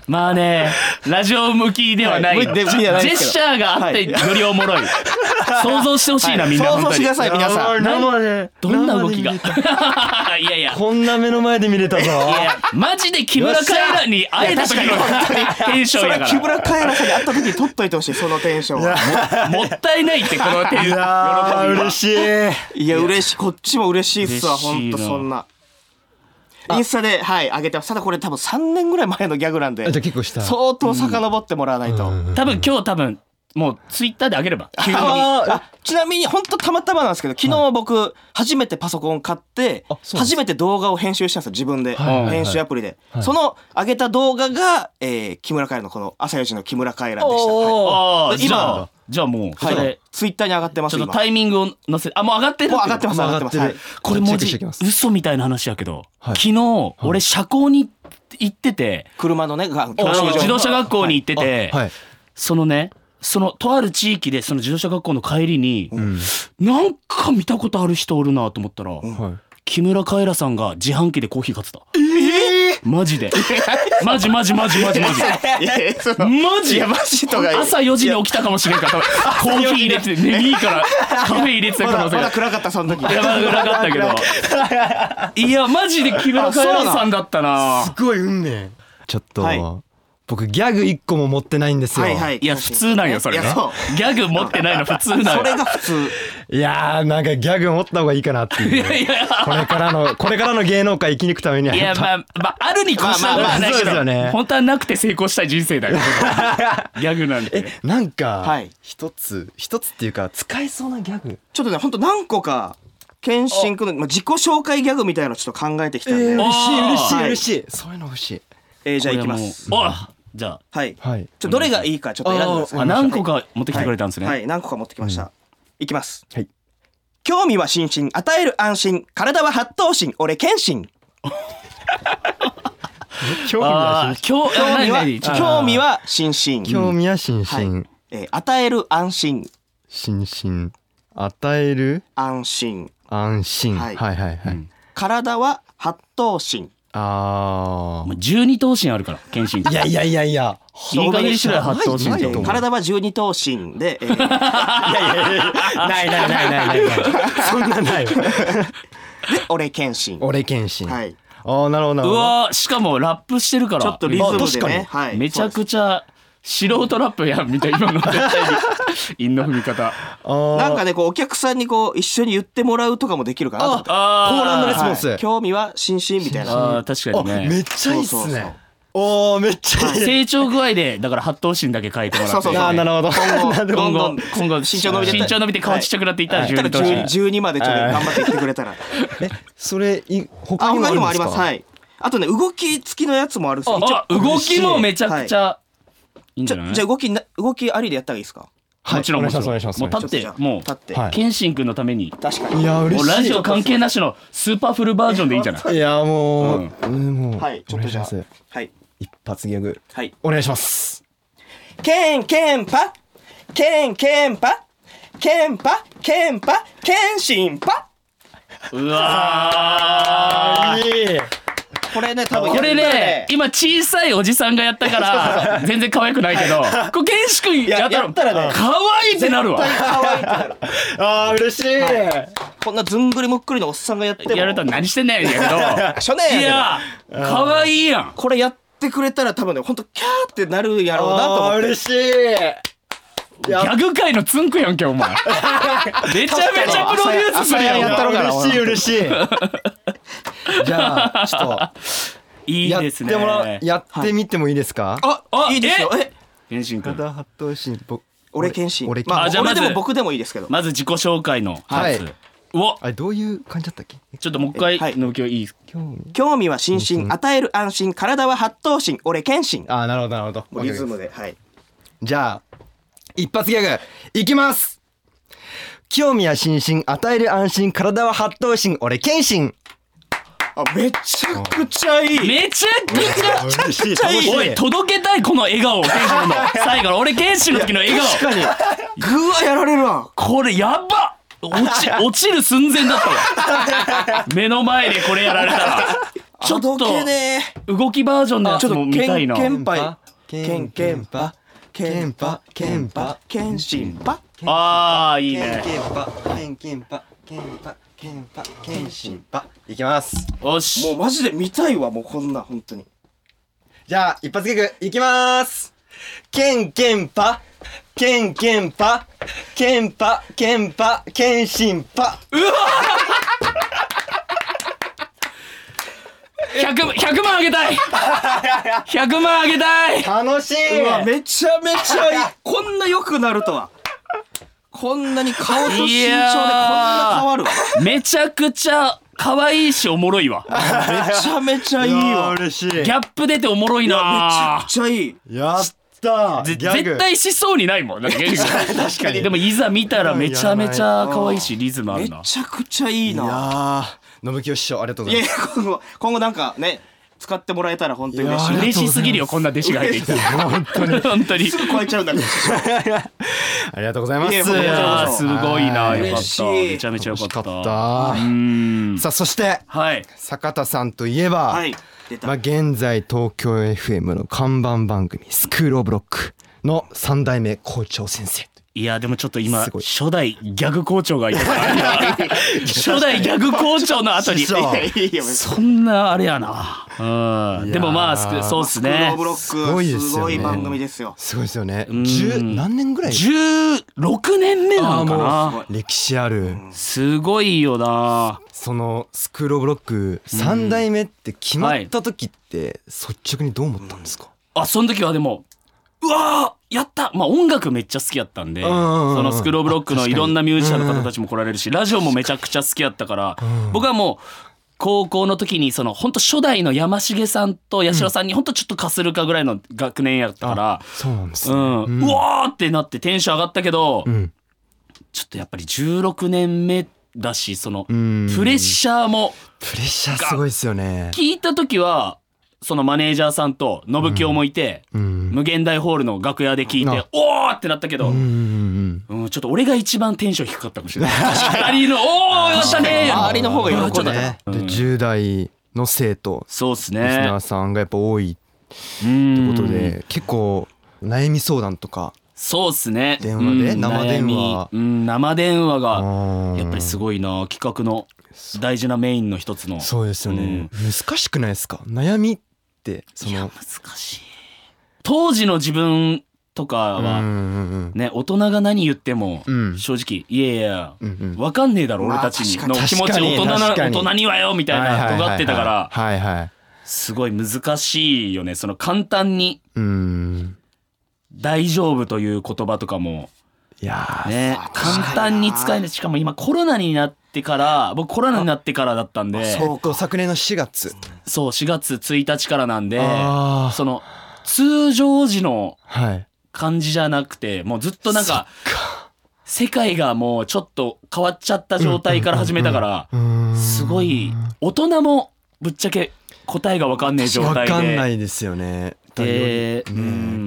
[SPEAKER 8] まあね、ラジオ向きではない。
[SPEAKER 9] はい向きではない
[SPEAKER 8] ジェ
[SPEAKER 9] ですけど
[SPEAKER 8] スチャーがあって、よ
[SPEAKER 9] は
[SPEAKER 8] りおもろい。想像してほしいな、みんな。
[SPEAKER 9] 想像して
[SPEAKER 8] 本
[SPEAKER 9] ください皆さん。
[SPEAKER 2] 生で
[SPEAKER 8] 当にどんな動
[SPEAKER 2] 生
[SPEAKER 8] き
[SPEAKER 2] で
[SPEAKER 8] が。
[SPEAKER 2] 見れた
[SPEAKER 8] いやいや。
[SPEAKER 2] こんな目の前で見れたぞ
[SPEAKER 8] いやマジで木村カエラに会えた時のテンショ
[SPEAKER 9] そ
[SPEAKER 8] ン
[SPEAKER 9] れ
[SPEAKER 8] や
[SPEAKER 9] は木
[SPEAKER 8] か
[SPEAKER 9] 村カエラさんに会った時に撮っといてほしいそのテンションは。
[SPEAKER 8] らもったいないってこのテン
[SPEAKER 2] い
[SPEAKER 8] ション
[SPEAKER 2] やー嬉しい
[SPEAKER 9] いや嬉しいこっちも嬉しいっすわ
[SPEAKER 8] 嬉しいな
[SPEAKER 9] 本当そんな。インスタではい上げてますただこれ多分3年ぐらい前のギャグなんで
[SPEAKER 2] あじゃあ結構した
[SPEAKER 9] 相当遡ってもらわないと。
[SPEAKER 8] 多分今日多分もうツイッターであげれば急に
[SPEAKER 9] あちなみに本当たまたまなんですけど昨日僕初めてパソコン買って
[SPEAKER 2] あそうなんです
[SPEAKER 9] 初めて動画を編集したんですよ自分で
[SPEAKER 2] はいはいはい
[SPEAKER 9] 編集アプリで
[SPEAKER 2] はい
[SPEAKER 9] その上げた動画がえー木村カエラのこの朝4時の木村カエラでしたは
[SPEAKER 8] ああ
[SPEAKER 9] 今
[SPEAKER 8] じゃあじゃあもうそ
[SPEAKER 9] いはい
[SPEAKER 8] れ
[SPEAKER 9] ツイッターに上がってます
[SPEAKER 8] ちょっ
[SPEAKER 9] 今
[SPEAKER 8] と
[SPEAKER 9] も
[SPEAKER 8] タイミングを載せあもう上がってる
[SPEAKER 9] う上がってます上がってます
[SPEAKER 2] もう上がって
[SPEAKER 9] はい
[SPEAKER 2] る
[SPEAKER 8] これ文
[SPEAKER 2] チェックして
[SPEAKER 8] 字
[SPEAKER 2] きます
[SPEAKER 8] 嘘みたいな話やけど
[SPEAKER 2] はい
[SPEAKER 8] 昨日俺社交に行ってて
[SPEAKER 9] 車のねが
[SPEAKER 8] あ
[SPEAKER 9] 教習
[SPEAKER 8] の
[SPEAKER 9] 所
[SPEAKER 8] 自動車学校に行ってて
[SPEAKER 2] はい
[SPEAKER 8] そのねそのとある地域でその自動車学校の帰りになんか見たことある人おるなと思ったら
[SPEAKER 2] は
[SPEAKER 8] 木村カエラさんが自販機でコーヒー買ってた。マ
[SPEAKER 2] *laughs*
[SPEAKER 8] ジで。マジマジマジマジマジ。
[SPEAKER 9] いやいやその
[SPEAKER 8] マジ
[SPEAKER 9] いやマジとか
[SPEAKER 8] 朝4時に起きたかもしれんから、コーヒー入れてて、ネギからカフェ入れてた
[SPEAKER 9] ま
[SPEAKER 8] 可
[SPEAKER 9] だ
[SPEAKER 8] 能
[SPEAKER 9] ま
[SPEAKER 8] 性
[SPEAKER 9] だ
[SPEAKER 8] が。
[SPEAKER 9] 暗かったその時
[SPEAKER 8] いや、まだ裏があったけど。いや、マジで木村カエラさんだったな。
[SPEAKER 2] すごい運命ちょっと、
[SPEAKER 9] はい
[SPEAKER 2] 僕ギャグ一個も持ってないんですよ、、
[SPEAKER 9] はいはいい
[SPEAKER 8] いや、普通なんよ、それ
[SPEAKER 9] いや
[SPEAKER 8] ね
[SPEAKER 9] そ。
[SPEAKER 8] ギャグ持ってないの普通
[SPEAKER 9] う
[SPEAKER 8] なん
[SPEAKER 9] そ
[SPEAKER 8] よ。
[SPEAKER 9] れが普通
[SPEAKER 2] やーなんかギャグ持った方がいいかなっていう
[SPEAKER 8] いやいや、
[SPEAKER 2] これからのこれからの芸能界生き抜くためにはい
[SPEAKER 8] や、まあ、まあ、あるに越したこと
[SPEAKER 2] まあま
[SPEAKER 8] はないけ
[SPEAKER 2] あまあそうですよ
[SPEAKER 8] ど、
[SPEAKER 2] ね
[SPEAKER 8] 本当はなくて成功したい人生だ
[SPEAKER 2] *laughs*
[SPEAKER 8] よ。ギャグなんて。
[SPEAKER 2] なんか、
[SPEAKER 9] はい
[SPEAKER 2] 一つ一つっていうか使えそうなギャグ
[SPEAKER 9] ちょっとね本当何個か謙信君のまあ自己紹介ギャグみたいなのちょっと考えてきたんで
[SPEAKER 8] 嬉しい嬉しい
[SPEAKER 9] 嬉
[SPEAKER 2] しいそういうの欲しい
[SPEAKER 9] えーじゃあ行きます。
[SPEAKER 8] これはもう。あじゃあ。
[SPEAKER 9] はい。
[SPEAKER 2] はい
[SPEAKER 9] ちょどれがいいかちょっと選んでください。
[SPEAKER 8] あ何個か持ってきてくれたんですね。
[SPEAKER 9] はい、はい何個か持ってきました。いきます。
[SPEAKER 2] はい。
[SPEAKER 9] 興味は心身、与える安心、体は八頭身、俺謙信。
[SPEAKER 2] 興味
[SPEAKER 8] あ
[SPEAKER 2] は
[SPEAKER 8] あ、今日、
[SPEAKER 9] 興
[SPEAKER 8] あ
[SPEAKER 9] 味
[SPEAKER 8] 何
[SPEAKER 9] は
[SPEAKER 8] 何ちょ
[SPEAKER 9] 興味は心身、
[SPEAKER 2] 心興味は心身、
[SPEAKER 9] はいえー与える安心、
[SPEAKER 2] 心身与える
[SPEAKER 9] 安心、
[SPEAKER 2] 安心、
[SPEAKER 9] は
[SPEAKER 2] はいい、はいはい
[SPEAKER 8] うん
[SPEAKER 9] 体は八頭身。
[SPEAKER 2] あ
[SPEAKER 8] もう十二頭身あるから、謙信。
[SPEAKER 2] あいやいやいやいや
[SPEAKER 8] いい加減にしろよ、八頭
[SPEAKER 2] ない
[SPEAKER 8] 身
[SPEAKER 2] よ
[SPEAKER 8] と。
[SPEAKER 9] 体は十二頭身で、
[SPEAKER 8] *laughs*
[SPEAKER 9] えー
[SPEAKER 2] ないないないないない *laughs* そんなない
[SPEAKER 9] 俺謙信。
[SPEAKER 2] 俺謙信、
[SPEAKER 9] は
[SPEAKER 2] はい、
[SPEAKER 9] い。
[SPEAKER 2] ああなるほどな
[SPEAKER 8] う
[SPEAKER 2] るほど
[SPEAKER 8] わー、しかもラップしてるから。
[SPEAKER 9] ちょっとリズムで
[SPEAKER 2] あ
[SPEAKER 9] ね
[SPEAKER 2] 確、
[SPEAKER 9] はい。
[SPEAKER 8] めちゃ
[SPEAKER 9] そう
[SPEAKER 8] くちゃ素人ラップやんみたいな今
[SPEAKER 9] *laughs*
[SPEAKER 8] の絶対に韻の踏み方。
[SPEAKER 2] あ
[SPEAKER 9] ですなん
[SPEAKER 2] か
[SPEAKER 9] かね、こうお客さんにこう一緒に言ってもらうとかもできるかなと思って。
[SPEAKER 8] あ
[SPEAKER 2] コーランドレス
[SPEAKER 8] あ
[SPEAKER 2] ポンス
[SPEAKER 9] はい興味は心身みたいな。
[SPEAKER 8] あー、確か
[SPEAKER 2] あ
[SPEAKER 8] にね。
[SPEAKER 2] めっちゃいいっ
[SPEAKER 9] そう
[SPEAKER 2] す
[SPEAKER 9] そうそう
[SPEAKER 2] ねおおめっちゃいい
[SPEAKER 8] 成長具合で、だから八頭身だけ書いてもらって。
[SPEAKER 9] そうそうそう
[SPEAKER 2] あーなるほど
[SPEAKER 9] 今後、ど
[SPEAKER 8] 今
[SPEAKER 9] んど
[SPEAKER 8] 後
[SPEAKER 9] ん、
[SPEAKER 8] 今後、
[SPEAKER 9] 身長伸びて
[SPEAKER 8] 身長伸びて顔ちっちゃくなっていったら
[SPEAKER 9] や
[SPEAKER 8] 十
[SPEAKER 9] ったら
[SPEAKER 8] 二頭身。
[SPEAKER 9] 12, 12までちょっと頑張っていってくれたら。
[SPEAKER 2] それい
[SPEAKER 9] あ、
[SPEAKER 2] 他にもあ
[SPEAKER 9] 他に
[SPEAKER 2] るん
[SPEAKER 9] もあ
[SPEAKER 2] で
[SPEAKER 9] り
[SPEAKER 2] すか
[SPEAKER 9] ます。はい。あとね、動き付きのやつもあるんですよ。一応
[SPEAKER 8] あ、動きもめちゃくちゃ、いいん
[SPEAKER 9] ち
[SPEAKER 8] じ
[SPEAKER 9] ょ
[SPEAKER 8] ゃない
[SPEAKER 9] じゃあ動きな、動きありでやったらいいですか
[SPEAKER 2] はい
[SPEAKER 8] もちろん、もちろん。
[SPEAKER 2] お願いします
[SPEAKER 8] も
[SPEAKER 2] お
[SPEAKER 8] う
[SPEAKER 2] 願いし
[SPEAKER 8] 立っ
[SPEAKER 9] ち
[SPEAKER 8] て
[SPEAKER 9] ょっ、とじゃあ
[SPEAKER 8] も
[SPEAKER 9] 立って。
[SPEAKER 2] は
[SPEAKER 8] う、謙信君のために、
[SPEAKER 9] 確か
[SPEAKER 2] い
[SPEAKER 9] に。
[SPEAKER 2] や
[SPEAKER 8] も
[SPEAKER 2] 嬉
[SPEAKER 8] う
[SPEAKER 2] しい
[SPEAKER 8] ラジオ関係なしのスーパーフルバージョンでいいんじゃない
[SPEAKER 2] いやもう、うん、もう
[SPEAKER 9] はい、ちょっとじゃ
[SPEAKER 2] お
[SPEAKER 9] あ
[SPEAKER 2] 願いします。
[SPEAKER 9] はい。
[SPEAKER 2] 一発ギャグ
[SPEAKER 9] はい。
[SPEAKER 2] お願いします
[SPEAKER 9] ケンケンパケンケンパケンパケンパケンシンパ
[SPEAKER 8] うわー
[SPEAKER 2] いい
[SPEAKER 9] これね、多分
[SPEAKER 8] これね、今小さいおじさんがやったから、全然可愛くないけど、これ、ケンシ君やった
[SPEAKER 9] ややったらね
[SPEAKER 8] ら、可愛いってなるわ。
[SPEAKER 9] 可愛いから。
[SPEAKER 2] あー嬉しい、
[SPEAKER 9] こんなずんぐりむっくりのおっさんがやっても
[SPEAKER 8] やると何してんねんや
[SPEAKER 9] 初 *laughs*
[SPEAKER 8] けど。
[SPEAKER 9] 年
[SPEAKER 8] いや、可愛いやん。
[SPEAKER 9] これやってくれたら多分ねほんとキャーってなるやろうなと思って
[SPEAKER 7] しい
[SPEAKER 8] ギャグ界のツンクやんけ、お前。めちゃめちゃプロデュースするやん。
[SPEAKER 9] やったろかな
[SPEAKER 7] 嬉しい嬉しい
[SPEAKER 9] *laughs*
[SPEAKER 2] じゃあちょっと
[SPEAKER 8] い
[SPEAKER 2] や
[SPEAKER 8] い
[SPEAKER 2] っ
[SPEAKER 8] です
[SPEAKER 2] て
[SPEAKER 8] ね。
[SPEAKER 2] もらうやってみてもいいですか
[SPEAKER 9] あ
[SPEAKER 8] あ
[SPEAKER 9] いいですよえ
[SPEAKER 8] 天心君
[SPEAKER 2] 岡。田発動シーン僕
[SPEAKER 9] 俺剣心
[SPEAKER 2] 俺
[SPEAKER 9] まあ
[SPEAKER 8] あじゃあま
[SPEAKER 9] 俺
[SPEAKER 8] ず
[SPEAKER 9] でも僕でもいいですけど
[SPEAKER 8] まず自己紹介の
[SPEAKER 2] は
[SPEAKER 8] や
[SPEAKER 2] い
[SPEAKER 8] つ。うわ、
[SPEAKER 2] あれどういう感じだったっけ
[SPEAKER 8] ちょっともう一回、
[SPEAKER 9] はい
[SPEAKER 8] のぶきょいい
[SPEAKER 2] 興味
[SPEAKER 9] 興味は心身与える安心体は八頭身俺剣心
[SPEAKER 2] あーなるほどなるほど
[SPEAKER 9] もうリズムではい
[SPEAKER 2] じゃあ、一発ギャグ、いきます興味は心身、与える安心、体は発動心、俺、謙信
[SPEAKER 9] あめちゃくちゃいい
[SPEAKER 8] めちゃくちゃ
[SPEAKER 7] 嬉しい
[SPEAKER 8] おい届けたいこの笑顔ケンシの最後の俺ケンシの時の笑顔
[SPEAKER 9] ぐわやられるわ
[SPEAKER 8] これやば落ち落ちる寸前だったわ目の前でこれやられたらちょっと
[SPEAKER 9] あどけねえ
[SPEAKER 8] 動きバージョンのやつも見たいな
[SPEAKER 9] ちょっとけんけん
[SPEAKER 2] ケン
[SPEAKER 9] ケ
[SPEAKER 2] ケ
[SPEAKER 9] ン
[SPEAKER 2] ン
[SPEAKER 9] パ
[SPEAKER 2] パ
[SPEAKER 9] ケンパケンパケンシンパ
[SPEAKER 8] ああいいね
[SPEAKER 2] ケンパ、ケンケンパ、ケンパ、ケンパ、ケンシンパ。いきます。
[SPEAKER 8] よ
[SPEAKER 9] もう
[SPEAKER 8] し
[SPEAKER 9] マジで見たいわもうこんな本当に
[SPEAKER 2] じゃあ、一発ギャグ、いきますケンケンパ、ケンケンパ、ケンパ、ケンパ、ケンシンパ。
[SPEAKER 8] 100, 100万あげたい100万あげたい
[SPEAKER 2] 楽しいう
[SPEAKER 9] わめちゃめちゃいいこんな良くなるとはこんなに顔と身長でこんな変わるわ
[SPEAKER 8] めちゃくちゃ可愛いしおもろいわ
[SPEAKER 9] めちゃめちゃいいわめち
[SPEAKER 7] 嬉しい
[SPEAKER 8] ギャップ出ておもろい
[SPEAKER 9] ゃ
[SPEAKER 8] な
[SPEAKER 9] くちゃいい
[SPEAKER 7] やった
[SPEAKER 8] ぜ
[SPEAKER 7] ギャグ
[SPEAKER 8] 絶対しそうにないもんなんか現実確かに *laughs* でもいざ見たらめちゃめちゃ可愛いしリズムあ
[SPEAKER 9] め
[SPEAKER 8] るな
[SPEAKER 9] ちゃくちゃいい
[SPEAKER 7] い
[SPEAKER 9] な
[SPEAKER 7] やーのぶきよ師匠ありがとうご
[SPEAKER 9] い
[SPEAKER 7] ざい
[SPEAKER 9] や
[SPEAKER 7] ま
[SPEAKER 9] いや今後今後なんかね使ってもらえたら本当に嬉しい
[SPEAKER 8] 嬉しすぎるよこんな弟子が入ってきて本当に *laughs* 本当にい
[SPEAKER 9] 超えちゃうんだけど
[SPEAKER 7] すありがとうございます
[SPEAKER 9] いやいや
[SPEAKER 8] やーすごいな
[SPEAKER 7] はい
[SPEAKER 8] よかっ
[SPEAKER 9] 嬉したい
[SPEAKER 8] めちゃめちゃよかった
[SPEAKER 7] 楽し
[SPEAKER 8] う
[SPEAKER 7] かっ
[SPEAKER 8] ーん
[SPEAKER 7] たさあそして
[SPEAKER 8] はい
[SPEAKER 2] 坂田さんといえば、
[SPEAKER 9] はい出た
[SPEAKER 2] まあ、現在東京 FM の看板番組「スクール・オブ・ロック」の3代目校長先生
[SPEAKER 8] いやでもちょっと今
[SPEAKER 2] すごい
[SPEAKER 8] 初代ギャグ校長がいたから初代ギャグ校長の後に
[SPEAKER 7] 師匠
[SPEAKER 9] いやいや別に
[SPEAKER 8] そんなあれやなうんでもまあすくそうっす
[SPEAKER 9] スクロ
[SPEAKER 8] ね
[SPEAKER 9] ーブロック
[SPEAKER 7] すごいですよね
[SPEAKER 9] すごい番組ですよ
[SPEAKER 2] すごいですよね
[SPEAKER 8] うん
[SPEAKER 2] 十何年ぐらい
[SPEAKER 8] 16年目なのか
[SPEAKER 9] あーも
[SPEAKER 8] な
[SPEAKER 9] う
[SPEAKER 2] 歴史ある
[SPEAKER 8] すごいよな
[SPEAKER 2] その「スクール・オブ・ロック」3代目って決まった時って率直にどう思ったんですか、
[SPEAKER 8] あその時はでもうわーやったまあ音楽めっちゃ好きやったんで
[SPEAKER 2] んうんうん
[SPEAKER 8] そのスクローブロックのいろんなミュージシャンの方たちも来られるしラジオもめちゃくちゃ好きやったから僕はもう高校の時にその本当初代の山重さんと八代さんに本当ちょっとかするかぐらいの学年やったから
[SPEAKER 2] そうなんです
[SPEAKER 8] う
[SPEAKER 2] ね
[SPEAKER 8] んうわーってなってテンション上がったけど
[SPEAKER 2] うん
[SPEAKER 8] ちょっとやっぱり16年目だしその
[SPEAKER 2] うん
[SPEAKER 8] プレッシャーも
[SPEAKER 2] プレッシャーすごいですよね
[SPEAKER 8] 聞いた時はそのマネージャーさんと信清もいて、
[SPEAKER 2] うん
[SPEAKER 8] 無限大ホールの楽屋で聞いて、
[SPEAKER 2] あ
[SPEAKER 8] おーってなったけど、
[SPEAKER 2] う
[SPEAKER 8] うん
[SPEAKER 2] うん
[SPEAKER 8] ん
[SPEAKER 2] うん
[SPEAKER 8] ちょっと俺が一番テンション低かったかも
[SPEAKER 2] *laughs*
[SPEAKER 8] しれない周りの「おーやったねー」よりも
[SPEAKER 9] 周りの方が喜んで
[SPEAKER 8] うんちょっと
[SPEAKER 2] ね
[SPEAKER 8] う
[SPEAKER 2] で
[SPEAKER 8] ん
[SPEAKER 2] 10代の生徒
[SPEAKER 8] そうっす
[SPEAKER 2] リス
[SPEAKER 8] ね
[SPEAKER 2] ナーさんがやっぱ多い
[SPEAKER 8] って
[SPEAKER 2] ってことで結構悩み相談とか
[SPEAKER 8] そうっすね
[SPEAKER 2] 電話で
[SPEAKER 8] うん
[SPEAKER 2] 生電話
[SPEAKER 8] 悩みうん生電話がや
[SPEAKER 2] や
[SPEAKER 8] っぱりすごいな企画の大事なメインの一つの
[SPEAKER 2] そうですよね、難しくないですか悩みってそ
[SPEAKER 8] いや
[SPEAKER 2] の
[SPEAKER 8] 難しい当時の自分とか
[SPEAKER 2] うん
[SPEAKER 8] は、
[SPEAKER 2] うんうん
[SPEAKER 8] ね大人が何言っても、
[SPEAKER 2] うん
[SPEAKER 8] 正直いやいや、
[SPEAKER 2] うんうん
[SPEAKER 8] わかんねえだろ
[SPEAKER 9] ま
[SPEAKER 8] 俺
[SPEAKER 9] あ
[SPEAKER 8] たち
[SPEAKER 9] 確か
[SPEAKER 8] の
[SPEAKER 9] に
[SPEAKER 8] 気持ち
[SPEAKER 2] 確かに
[SPEAKER 8] 大人な
[SPEAKER 2] 確か
[SPEAKER 8] 大
[SPEAKER 2] に
[SPEAKER 8] 人にはよみたい
[SPEAKER 2] はいは
[SPEAKER 8] ない
[SPEAKER 2] はいはい
[SPEAKER 8] 尖ってたから
[SPEAKER 2] はいはい
[SPEAKER 8] すごい難しいよねその簡単に
[SPEAKER 2] うん
[SPEAKER 8] 「大丈夫」という言葉とかも
[SPEAKER 2] いやー
[SPEAKER 8] ね簡単に使えないしかも今コロナになってから僕コロナになってからだったんで
[SPEAKER 2] そうか昨年の4月
[SPEAKER 8] そう4月1日からなんで
[SPEAKER 2] あー
[SPEAKER 8] その通常時の
[SPEAKER 2] はい
[SPEAKER 8] 感じじゃなくてもうずっとなんか世界がもうちょっと変わっちゃった状態から始めたから
[SPEAKER 2] うーん
[SPEAKER 8] すごい大人もぶっちゃけ答えが分かんない状態
[SPEAKER 2] わ
[SPEAKER 8] で
[SPEAKER 2] かんないですよねだ
[SPEAKER 8] で
[SPEAKER 2] からよりね
[SPEAKER 8] う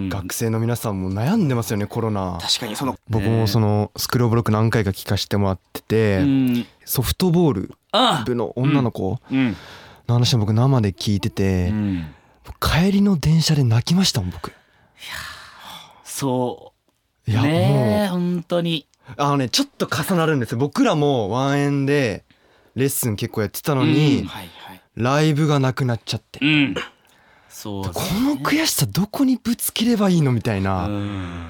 [SPEAKER 8] ん
[SPEAKER 2] 学生の皆さんも悩んでますよねコロナ
[SPEAKER 9] 確かにその
[SPEAKER 2] 僕もそのスクローブロック何回か聞かせてもらってて、
[SPEAKER 8] うん
[SPEAKER 2] ソフトボール
[SPEAKER 8] あ
[SPEAKER 2] 部の女の子
[SPEAKER 8] うん
[SPEAKER 2] の話を僕生で聞いて
[SPEAKER 8] う
[SPEAKER 2] て、
[SPEAKER 8] ん
[SPEAKER 2] 帰りの電車で泣きましたもん僕
[SPEAKER 8] そ
[SPEAKER 2] いうや、
[SPEAKER 8] ねえ本当に
[SPEAKER 2] もあのねちょっと重なるんですよ僕らもワンエンでレッスン結構やってたの
[SPEAKER 8] うん
[SPEAKER 2] に、
[SPEAKER 8] はいはい
[SPEAKER 2] ライブがなくなっちゃって、
[SPEAKER 8] うんそうです
[SPEAKER 2] この悔しさどこにぶつければいいのみたいな、
[SPEAKER 8] うん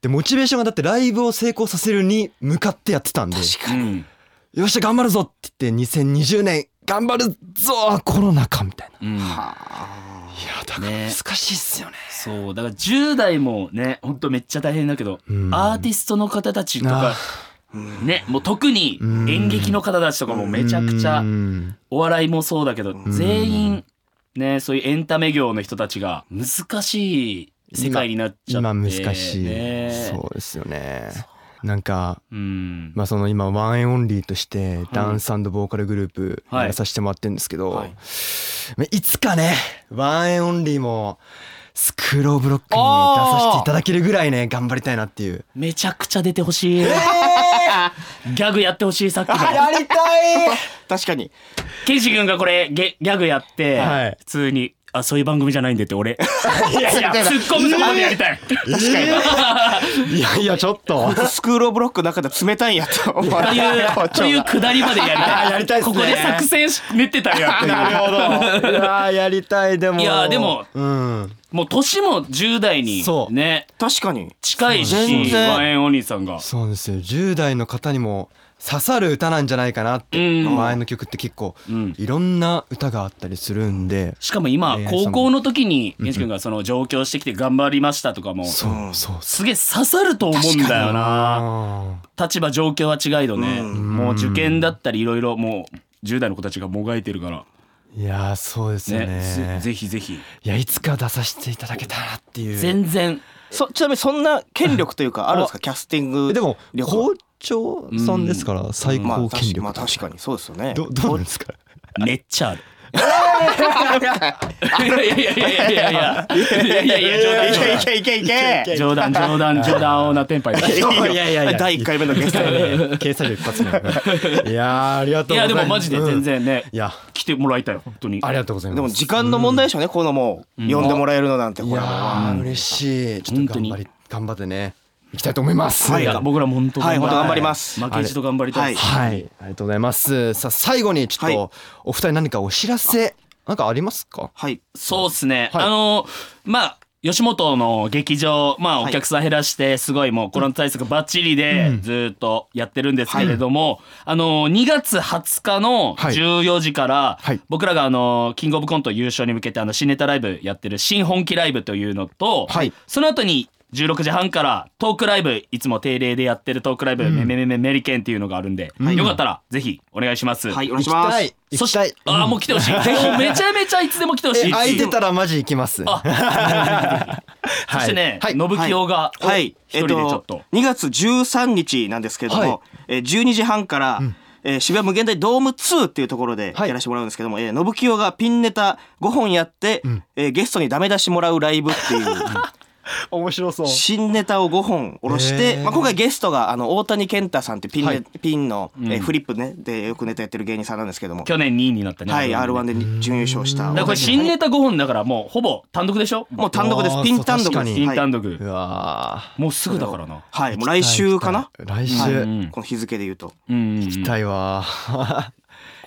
[SPEAKER 2] でモチベーションがだってライブを成功させるに向かってやってたんで
[SPEAKER 8] うん
[SPEAKER 2] よっしゃ頑張るぞって言って2020年頑張るぞコロナ禍みたいな
[SPEAKER 8] うん
[SPEAKER 2] いやだから
[SPEAKER 8] ね
[SPEAKER 2] 難しいっすよね
[SPEAKER 8] そうだから10代もねほんとめっちゃ大変だけど
[SPEAKER 2] うん
[SPEAKER 8] アーティストの方たちとか
[SPEAKER 2] あ
[SPEAKER 8] ねもう特に演劇の方たちとかもめちゃくちゃ
[SPEAKER 2] うん
[SPEAKER 8] お笑いもそうだけど全員ねそういうエンタメ業の人たちが難しい世界になっちゃって
[SPEAKER 2] 今難しい、
[SPEAKER 8] ね
[SPEAKER 2] そうですよねなんか
[SPEAKER 8] うん
[SPEAKER 2] まあその今ワンエンオンリーとしてダンスボーカルグループ
[SPEAKER 8] はい
[SPEAKER 2] やらさせてもらってるんですけど、
[SPEAKER 8] はい
[SPEAKER 2] まあいつかねワンエンオンリーもスクールオブロックに出させていただけるぐらいね頑張りたいなっていう
[SPEAKER 8] めちゃくちゃ出てほしい、ギャグやってほしいさっきの
[SPEAKER 2] りたい
[SPEAKER 9] 確かに
[SPEAKER 8] ケンシ君がこれゲギャグやって、
[SPEAKER 2] はい
[SPEAKER 8] 普通に「あそういう番組じゃないんで」っ
[SPEAKER 2] *laughs*
[SPEAKER 8] て俺いやいや突っ込むとこまでやりたい
[SPEAKER 9] 確か
[SPEAKER 2] *laughs*
[SPEAKER 9] に
[SPEAKER 2] いやいやちょっと
[SPEAKER 9] スクールオブロックの中で冷たいんやと思わ
[SPEAKER 8] と
[SPEAKER 9] れ
[SPEAKER 8] いう、というくだりまでやりたい。
[SPEAKER 2] やりたいっすね
[SPEAKER 8] ここで作戦し練ってたよっていう。
[SPEAKER 2] なるほどいややりたいでも
[SPEAKER 8] いやでも
[SPEAKER 2] うん
[SPEAKER 8] もう年も10代に
[SPEAKER 2] そう
[SPEAKER 8] ね、
[SPEAKER 9] 確かに
[SPEAKER 8] 近い
[SPEAKER 9] 全
[SPEAKER 8] し、
[SPEAKER 9] 然
[SPEAKER 8] ワンエンお兄さんが。
[SPEAKER 2] そうですよ10代の方にも刺さる歌なんじゃないかなって
[SPEAKER 8] うん
[SPEAKER 2] 前の曲って結構
[SPEAKER 8] うん
[SPEAKER 2] いろんな歌があったりするんで
[SPEAKER 8] しかも今、
[SPEAKER 2] ね
[SPEAKER 8] 高校の時に、ケンシ君がその上京してきて頑張りましたとかも、す
[SPEAKER 2] そうそう
[SPEAKER 8] げえ刺さると思うんだよな。
[SPEAKER 2] あ
[SPEAKER 8] 立場状況は違いどね、
[SPEAKER 9] うん
[SPEAKER 8] もう受験だったりいろいろもう10代の子たちがもがいてるから
[SPEAKER 2] ーいやーそうですよ
[SPEAKER 8] ね
[SPEAKER 2] ね
[SPEAKER 8] ぜぜひぜひ
[SPEAKER 2] いやいつか出させていただけたらなっていう
[SPEAKER 8] 全然
[SPEAKER 9] そちなみにそんな権力というかあるんですかキャスティング
[SPEAKER 2] でも
[SPEAKER 9] 力は
[SPEAKER 2] 校長さんですから最
[SPEAKER 9] まあ
[SPEAKER 2] 高権
[SPEAKER 9] 確,、ま
[SPEAKER 2] 力
[SPEAKER 9] あ、確かにそうですよね
[SPEAKER 2] どどうなんですか
[SPEAKER 8] めっちゃある。いやいやいやいやいやいやいやいや冗談冗
[SPEAKER 9] いけい
[SPEAKER 8] 談
[SPEAKER 9] けいけいけ
[SPEAKER 8] 冗談冗談冗談オーナーテンパイだ
[SPEAKER 9] い
[SPEAKER 8] い
[SPEAKER 9] よ
[SPEAKER 2] いやいやいや
[SPEAKER 9] 第一回目のゲスト
[SPEAKER 2] *laughs*
[SPEAKER 9] で
[SPEAKER 2] 警察一発目 *laughs* いやーありがとうござ
[SPEAKER 8] や
[SPEAKER 2] います
[SPEAKER 8] でもマジで全
[SPEAKER 2] うん
[SPEAKER 8] 然ね
[SPEAKER 2] いや
[SPEAKER 8] 来てもらいたい本当に
[SPEAKER 2] ありがとうございます
[SPEAKER 9] でも時間の問題でしょうねこのもう呼んでもらえるのなんて
[SPEAKER 2] い
[SPEAKER 9] これ
[SPEAKER 2] や
[SPEAKER 9] は
[SPEAKER 2] ー嬉しいちょっと頑張り頑張ってねいきたいと思います
[SPEAKER 8] いや僕らも本当
[SPEAKER 9] はい本当頑張りますす
[SPEAKER 8] 負けじと頑張りたいです
[SPEAKER 2] はいありがとうございますさあ最後にちょっ
[SPEAKER 9] は
[SPEAKER 2] とお二人何かお知らせなんかありますか
[SPEAKER 9] はい
[SPEAKER 8] そうですね、
[SPEAKER 2] はい
[SPEAKER 8] あのまあ吉本の劇場、まあ、お
[SPEAKER 9] はい
[SPEAKER 8] 客さん減らしてすごいもうコロナ対策バッチリでずーっとやってるんですけれども、あの2月20日の
[SPEAKER 2] はい
[SPEAKER 8] 14時から
[SPEAKER 2] はい
[SPEAKER 8] 僕らがあのキングオブコント優勝に向けてあの新ネタライブやってる新本気ライブというのと、
[SPEAKER 2] はい
[SPEAKER 8] その後に16時半からトークライブいつも定例でやってるトークライブ「めめめめメリケン」っていうのがあるんで、よかったらぜひお願いします。
[SPEAKER 9] はいお願い
[SPEAKER 2] 行
[SPEAKER 9] し
[SPEAKER 2] き
[SPEAKER 9] ま
[SPEAKER 2] た
[SPEAKER 9] す
[SPEAKER 2] い行
[SPEAKER 8] そ
[SPEAKER 2] き
[SPEAKER 8] した
[SPEAKER 2] い
[SPEAKER 8] てあーもう
[SPEAKER 2] *laughs*
[SPEAKER 8] 来てほしい。もうめちゃめちゃいつでも来てほし
[SPEAKER 2] え
[SPEAKER 8] い。
[SPEAKER 2] 空いてたらマジ行きます *laughs*
[SPEAKER 8] あそしてね、
[SPEAKER 2] はい
[SPEAKER 8] 信清が
[SPEAKER 9] はい
[SPEAKER 8] 一、人でちょっと、
[SPEAKER 9] 2月13日なんですけれども、
[SPEAKER 2] はい
[SPEAKER 9] えー12時半から、えー渋谷無限大ドーム2っていうところで
[SPEAKER 2] はい
[SPEAKER 9] やらせてもらうんですけども、えー信清がピンネタ5本やって、えーゲストにダメ出しもらうライブっていう
[SPEAKER 2] *laughs* 面白そう
[SPEAKER 9] 新ネタを5本下ろして、
[SPEAKER 2] へー
[SPEAKER 9] まあ、今回ゲストがあの大谷健太さんってピン,、
[SPEAKER 2] はい
[SPEAKER 9] ピンの、え
[SPEAKER 8] う
[SPEAKER 9] ー
[SPEAKER 8] ん
[SPEAKER 9] フリップねでよくネタやってる芸人さんなんですけども、
[SPEAKER 8] 去年2位になったね。
[SPEAKER 9] はい、
[SPEAKER 8] あの
[SPEAKER 9] r 1で準優勝した
[SPEAKER 8] だからこれ新ネタ5本だからもうほぼ単独でしょ
[SPEAKER 9] もう単独です
[SPEAKER 2] あー
[SPEAKER 9] ピン単独
[SPEAKER 2] そう確か
[SPEAKER 9] で
[SPEAKER 2] に
[SPEAKER 9] す、
[SPEAKER 8] 新
[SPEAKER 9] はい
[SPEAKER 8] 単独、
[SPEAKER 2] うわ
[SPEAKER 8] もうすぐだからな。
[SPEAKER 9] はい、もう
[SPEAKER 2] ー
[SPEAKER 9] 来週かな、
[SPEAKER 2] 来週
[SPEAKER 9] は
[SPEAKER 8] う
[SPEAKER 9] い
[SPEAKER 8] ん
[SPEAKER 9] この日付で言うと。
[SPEAKER 8] うんうんうん
[SPEAKER 2] 行きたいわ *laughs* ー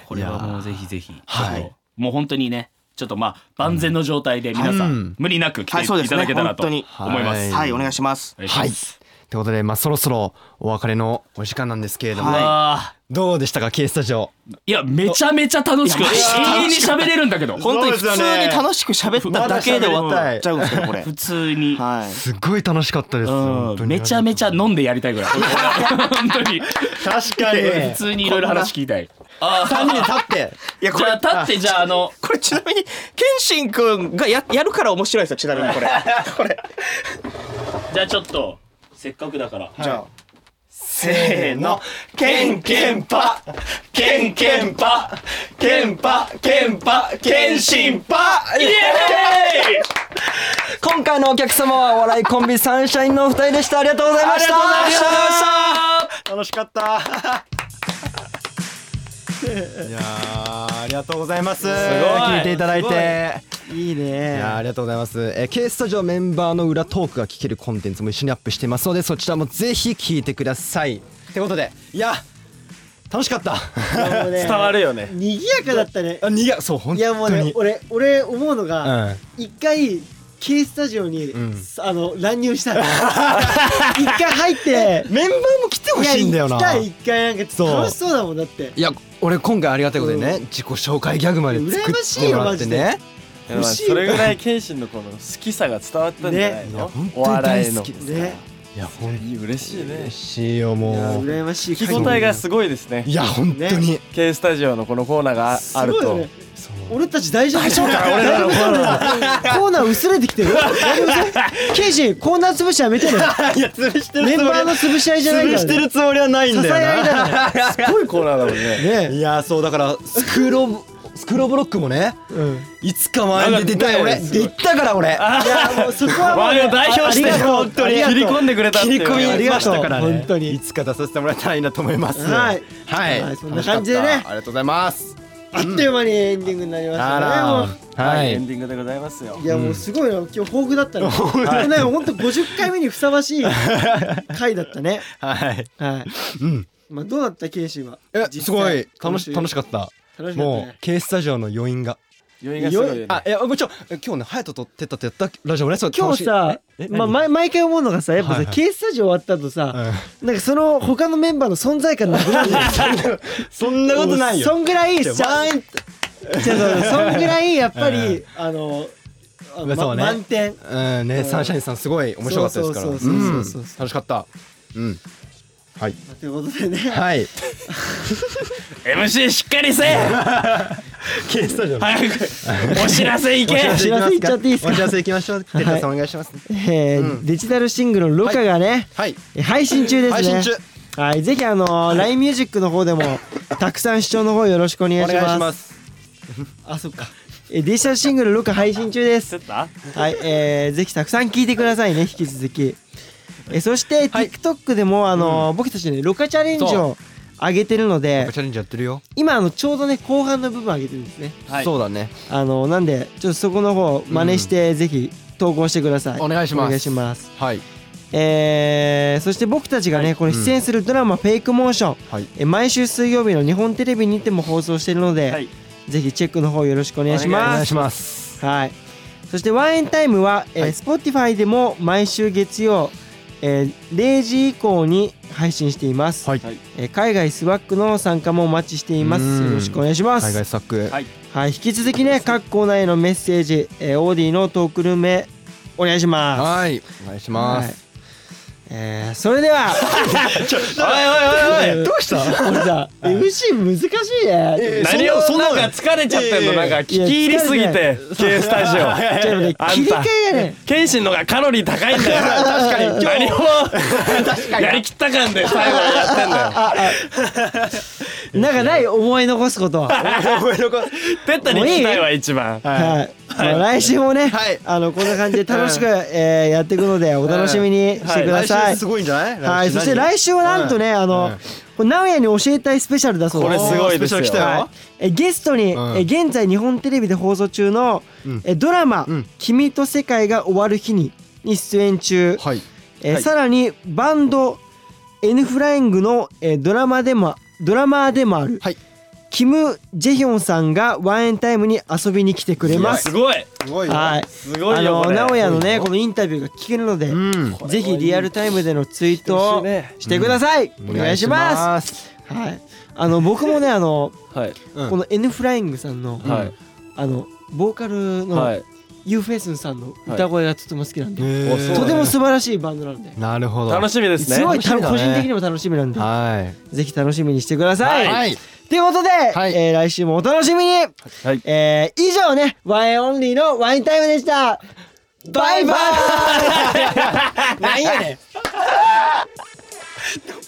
[SPEAKER 8] これはもうぜひぜひ、
[SPEAKER 2] はい
[SPEAKER 8] ちょっともう本当にね、ちょっとまあ万全の状態で皆さん、
[SPEAKER 2] うん
[SPEAKER 8] 無理なく来て
[SPEAKER 9] はいいそうですね
[SPEAKER 8] ただけたらと思い
[SPEAKER 9] 本
[SPEAKER 2] 当に
[SPEAKER 8] ます。
[SPEAKER 9] はい、お願いします
[SPEAKER 8] お。願いし
[SPEAKER 2] は
[SPEAKER 8] ま
[SPEAKER 2] い
[SPEAKER 8] す
[SPEAKER 2] ということでまあそろそろお別れのお時間なんですけれども
[SPEAKER 9] は
[SPEAKER 8] う
[SPEAKER 9] い
[SPEAKER 8] わ
[SPEAKER 2] どうでしたか K スタジオ
[SPEAKER 8] ーいやめちゃめちゃ楽しく
[SPEAKER 9] い
[SPEAKER 8] 永
[SPEAKER 9] や
[SPEAKER 8] 遠に喋れるんだけど
[SPEAKER 9] 本当に普通
[SPEAKER 2] そうですよね
[SPEAKER 9] に楽しく喋っただけで終わっちゃうんですけど、これ
[SPEAKER 8] *laughs* 普。通に、
[SPEAKER 9] はい。
[SPEAKER 2] すっごい楽しかったです本
[SPEAKER 8] う
[SPEAKER 2] 当
[SPEAKER 8] ん
[SPEAKER 2] に
[SPEAKER 8] めちゃめちゃ飲んでやりたいぐ
[SPEAKER 9] *laughs*
[SPEAKER 8] らい本当に
[SPEAKER 2] *laughs* 確かに
[SPEAKER 8] 普 *laughs* 通にいろいろ話聞きたいあ
[SPEAKER 2] 3人で立って *laughs*
[SPEAKER 9] いや、こ
[SPEAKER 8] じゃあ
[SPEAKER 9] れ、
[SPEAKER 8] 立ってじゃああの
[SPEAKER 9] これちなみに、ケンシンくんがややるから面白いですよ、ちなみにこれ。これ。
[SPEAKER 8] じゃあちょっとせっかくだから
[SPEAKER 9] じゃあ。せーの。ケンケンパ。ケンケンパ。ケンパ、ケンパ、ケンシンパ。
[SPEAKER 2] 今回のお客様はお笑いコンビサンシャインのお二人でしたありがとうございました楽しかったいやーありがとうございます
[SPEAKER 8] い
[SPEAKER 2] 聞いていただいて
[SPEAKER 1] いい
[SPEAKER 2] い
[SPEAKER 1] ね
[SPEAKER 2] やーありがとうございます、えー、K スタジオメンバーの裏トークが聞けるコンテンツも一緒にアップしていますのでそちらもぜひ聞いてくださいってことでいや楽し *laughs* かった
[SPEAKER 1] 伝
[SPEAKER 3] 伝わるよね
[SPEAKER 1] にぎやかだったね
[SPEAKER 2] あにやそう本
[SPEAKER 1] いやも
[SPEAKER 2] 当
[SPEAKER 1] うね
[SPEAKER 2] に
[SPEAKER 1] 俺俺思うの
[SPEAKER 2] う
[SPEAKER 1] が
[SPEAKER 2] ん
[SPEAKER 1] 一回 K スタジオに、
[SPEAKER 2] ん
[SPEAKER 1] あの乱入したの *laughs* 一回入
[SPEAKER 2] *laughs*
[SPEAKER 1] って
[SPEAKER 2] メンバーも来てほしいんだよな
[SPEAKER 1] や行きたい一回なん
[SPEAKER 2] そう
[SPEAKER 1] か楽しそうだもんだって
[SPEAKER 2] いや俺今回ありがたいことにね、自己紹介ギャグまで作ってもらってね
[SPEAKER 3] いやまあ
[SPEAKER 1] 欲しい
[SPEAKER 3] それぐらい謙信のこの好きさが伝わったんじゃない
[SPEAKER 2] いや
[SPEAKER 3] の
[SPEAKER 2] 本当
[SPEAKER 3] お
[SPEAKER 2] に大
[SPEAKER 3] 笑い
[SPEAKER 2] 好
[SPEAKER 3] の
[SPEAKER 2] きです
[SPEAKER 1] ね
[SPEAKER 2] いや本
[SPEAKER 3] いい嬉しいね
[SPEAKER 2] 嬉しいよ
[SPEAKER 1] いや
[SPEAKER 2] もう
[SPEAKER 1] 羨ましい
[SPEAKER 3] 聞
[SPEAKER 1] 限
[SPEAKER 3] き
[SPEAKER 1] り
[SPEAKER 3] 応えがすごいですね
[SPEAKER 2] いや本当に、
[SPEAKER 3] K スタジオのこのコーナーがある
[SPEAKER 1] すごい
[SPEAKER 3] と
[SPEAKER 1] よね俺たち大丈夫
[SPEAKER 3] 大丈夫かな俺ら
[SPEAKER 1] 大丈
[SPEAKER 3] の
[SPEAKER 1] 夫かなコーナー薄れてきてる大丈夫それケイシンコーナー潰しやめてね
[SPEAKER 2] いや潰して
[SPEAKER 1] メンバーの潰し合いじゃないから、ね、
[SPEAKER 2] るつもりはない
[SPEAKER 1] 支え合いだからね
[SPEAKER 3] すごいコーナーだもんね
[SPEAKER 2] いやそうだからスクロブスクロブロックもね、いつか前に出たい
[SPEAKER 3] なんか
[SPEAKER 2] 俺
[SPEAKER 3] ね
[SPEAKER 2] 出たから俺
[SPEAKER 1] いやもうそこはもう、
[SPEAKER 3] 我が代表して
[SPEAKER 1] ありがとう
[SPEAKER 3] 本当に
[SPEAKER 1] ありがとう
[SPEAKER 3] 切り込んでくれたっていう
[SPEAKER 2] 切り込み
[SPEAKER 1] ありがとう
[SPEAKER 2] ましたからね
[SPEAKER 1] 本当に
[SPEAKER 2] いつか出させてもらえたらいいなと思います
[SPEAKER 1] はい
[SPEAKER 2] はい、
[SPEAKER 1] はいそんな感じでね
[SPEAKER 2] 楽しかったありがとうございます
[SPEAKER 1] あっという間にエンディングになりましたねもう
[SPEAKER 2] は
[SPEAKER 3] *laughs* はいエン
[SPEAKER 2] い
[SPEAKER 3] ディングでございますよ
[SPEAKER 1] いやもうすごいな今日豊富だったね。これね本当50回目にふさわしい回だったね。
[SPEAKER 2] はい
[SPEAKER 1] はい。まあどうだったケイシーは。
[SPEAKER 2] え
[SPEAKER 1] 実際
[SPEAKER 2] すごい楽し
[SPEAKER 1] 今
[SPEAKER 2] 楽
[SPEAKER 1] 週
[SPEAKER 2] しかった
[SPEAKER 1] 楽しかった
[SPEAKER 2] もう
[SPEAKER 1] ね。
[SPEAKER 2] K スタジオの余韻が
[SPEAKER 3] 余韻がすごいよね
[SPEAKER 2] あいやもちろんえ今日ねハヤトとってたってやったラジオもねそう
[SPEAKER 1] 今日さ、まあ毎毎回思うのがさやっぱ
[SPEAKER 2] は
[SPEAKER 1] さ
[SPEAKER 2] いはい
[SPEAKER 1] ケイスタジオ終わった後さ、なんかその他のメンバーの存在感なくなるんだよ。
[SPEAKER 2] *laughs* そんなことないよ
[SPEAKER 1] そんぐらいちゃんち
[SPEAKER 2] ゃ
[SPEAKER 1] ょっとそんぐらいやっぱりあの
[SPEAKER 2] まあ
[SPEAKER 1] ま
[SPEAKER 2] そうね
[SPEAKER 1] 満点。
[SPEAKER 2] うんねサンシャインさんすごい面白かったですから
[SPEAKER 1] そうそうそうそうそう
[SPEAKER 2] うん楽しかったうんはい
[SPEAKER 1] ということでね。
[SPEAKER 2] はい
[SPEAKER 8] MC しっかりせえ
[SPEAKER 2] K スタジオ
[SPEAKER 8] 早くお知らせいけ
[SPEAKER 1] 知らせ行っちゃっていいですか
[SPEAKER 2] お知らせ行きましょう哲太さんお願いします
[SPEAKER 1] えーデジタルシングルのロカがね
[SPEAKER 2] はい
[SPEAKER 1] 配信中ですね。
[SPEAKER 2] 配信中
[SPEAKER 1] はい、ぜひあのー、LINE ミュージックの方でも、たくさん視聴の方よろしくお願い
[SPEAKER 2] お
[SPEAKER 1] します。
[SPEAKER 2] 願いします
[SPEAKER 1] あ、そっか。え、デジタルシングル6配信中です
[SPEAKER 3] ちょ。っとあ
[SPEAKER 1] はい、えー、ぜひたくさん聴いてくださいね、引き続き。え、そして、TikTok でも、あのー僕たちね、ロカチャレンジを上げてるので、
[SPEAKER 2] チャレンジやってるよ
[SPEAKER 1] 今、あの、ちょうどね、後半の部分上げてるんですね。
[SPEAKER 3] はい
[SPEAKER 2] そうだね
[SPEAKER 1] あのーなんで、ちょっとそこの方、真似して、ぜひ、投稿してください。
[SPEAKER 2] お願いします
[SPEAKER 1] お願いします。
[SPEAKER 2] はい
[SPEAKER 1] えーそして僕たちがね、この出演するドラマ「フェイクモーション」
[SPEAKER 2] はい
[SPEAKER 1] えー毎週水曜日の日本テレビにても放送しているので、
[SPEAKER 3] はい
[SPEAKER 1] ぜひチェックの方よろしくお願いします
[SPEAKER 2] お願いします
[SPEAKER 1] はいそしてワンエンタイムは、えー Spotify でも毎週月曜、えー0時以降に配信しています、
[SPEAKER 2] はい
[SPEAKER 1] えー海外スワックの参加もお待ちしていま
[SPEAKER 2] う
[SPEAKER 1] す
[SPEAKER 2] ん
[SPEAKER 1] よろしくお願いします
[SPEAKER 2] 海外サック
[SPEAKER 3] はい
[SPEAKER 1] はい、引き続きね各コーナーへのメッセージ、えー、オーディのトークルームへお願いします
[SPEAKER 2] はいお願いしま
[SPEAKER 1] はい
[SPEAKER 2] す
[SPEAKER 1] えーそれで
[SPEAKER 2] *laughs*
[SPEAKER 1] は
[SPEAKER 2] どうした
[SPEAKER 1] 俺さ MC 難しいね
[SPEAKER 3] 何をそんななんか疲れちゃってんのなんか聞き入りすぎて K スタジオ
[SPEAKER 1] ちょっとね
[SPEAKER 3] あんた
[SPEAKER 1] 切り替えがね
[SPEAKER 3] 謙信の方がカロリー高いんだよ確かに何をやりきった感で
[SPEAKER 8] *laughs*
[SPEAKER 3] 最後にやってんだよ
[SPEAKER 1] なんかない思い残すことは
[SPEAKER 3] ペッタに聞きたいわ一番
[SPEAKER 1] はいまあ来週もね
[SPEAKER 2] はい
[SPEAKER 1] あのこんな感じで楽しくえーやっていくのでお楽しみにしてください
[SPEAKER 2] すごいんじゃない
[SPEAKER 1] はいそして来週はなんとねあのこれ名古屋に教えたいスペシャルだそう
[SPEAKER 3] こ
[SPEAKER 1] で
[SPEAKER 3] れ
[SPEAKER 1] す
[SPEAKER 3] すごいですよ
[SPEAKER 2] スペシャル来たよ
[SPEAKER 1] はいえゲストに、
[SPEAKER 2] ん
[SPEAKER 1] え現在日本テレビで放送中の、えドラマ、
[SPEAKER 2] ん
[SPEAKER 1] 君と世界が終わる日に」に出演中、
[SPEAKER 2] はい
[SPEAKER 1] え
[SPEAKER 3] はい
[SPEAKER 1] さらにバンド N フライングの、えドラマでもドラマーでもある、
[SPEAKER 2] はい
[SPEAKER 1] キム・ジェヒョンさんがワンエンタイムに遊びに来てくれます
[SPEAKER 3] す。ごい
[SPEAKER 2] すごい
[SPEAKER 1] はい、
[SPEAKER 3] すごいよ
[SPEAKER 1] あ
[SPEAKER 3] こ
[SPEAKER 1] の
[SPEAKER 3] れ
[SPEAKER 1] 名古屋のねこのインタビューが聞けるので、
[SPEAKER 2] うん
[SPEAKER 1] ぜひリアルタイムでのツイートをしてください、お願いしますはいあの僕もねあの
[SPEAKER 3] *laughs* はい
[SPEAKER 2] うん
[SPEAKER 1] この N フライングさんの、
[SPEAKER 3] は
[SPEAKER 1] あのボーカル
[SPEAKER 3] いは
[SPEAKER 1] の
[SPEAKER 3] い
[SPEAKER 1] U フェイスンさんの歌声がとても好きなんで、
[SPEAKER 2] おそう
[SPEAKER 1] とても素晴らしいバンドなんで、
[SPEAKER 2] なるほど
[SPEAKER 3] 楽しみですね
[SPEAKER 1] すごい
[SPEAKER 2] 楽しみだね
[SPEAKER 1] 個人的にも楽しみなんで、
[SPEAKER 2] は
[SPEAKER 1] ぜひ楽しみにしてくだ
[SPEAKER 2] い
[SPEAKER 1] さい。
[SPEAKER 2] はい
[SPEAKER 1] ということで、
[SPEAKER 2] はい
[SPEAKER 1] えー来週もお楽しみに、
[SPEAKER 3] はい
[SPEAKER 1] えー以上ねワンエンオンリーのワインタイムでした *laughs* バイバイなんやねん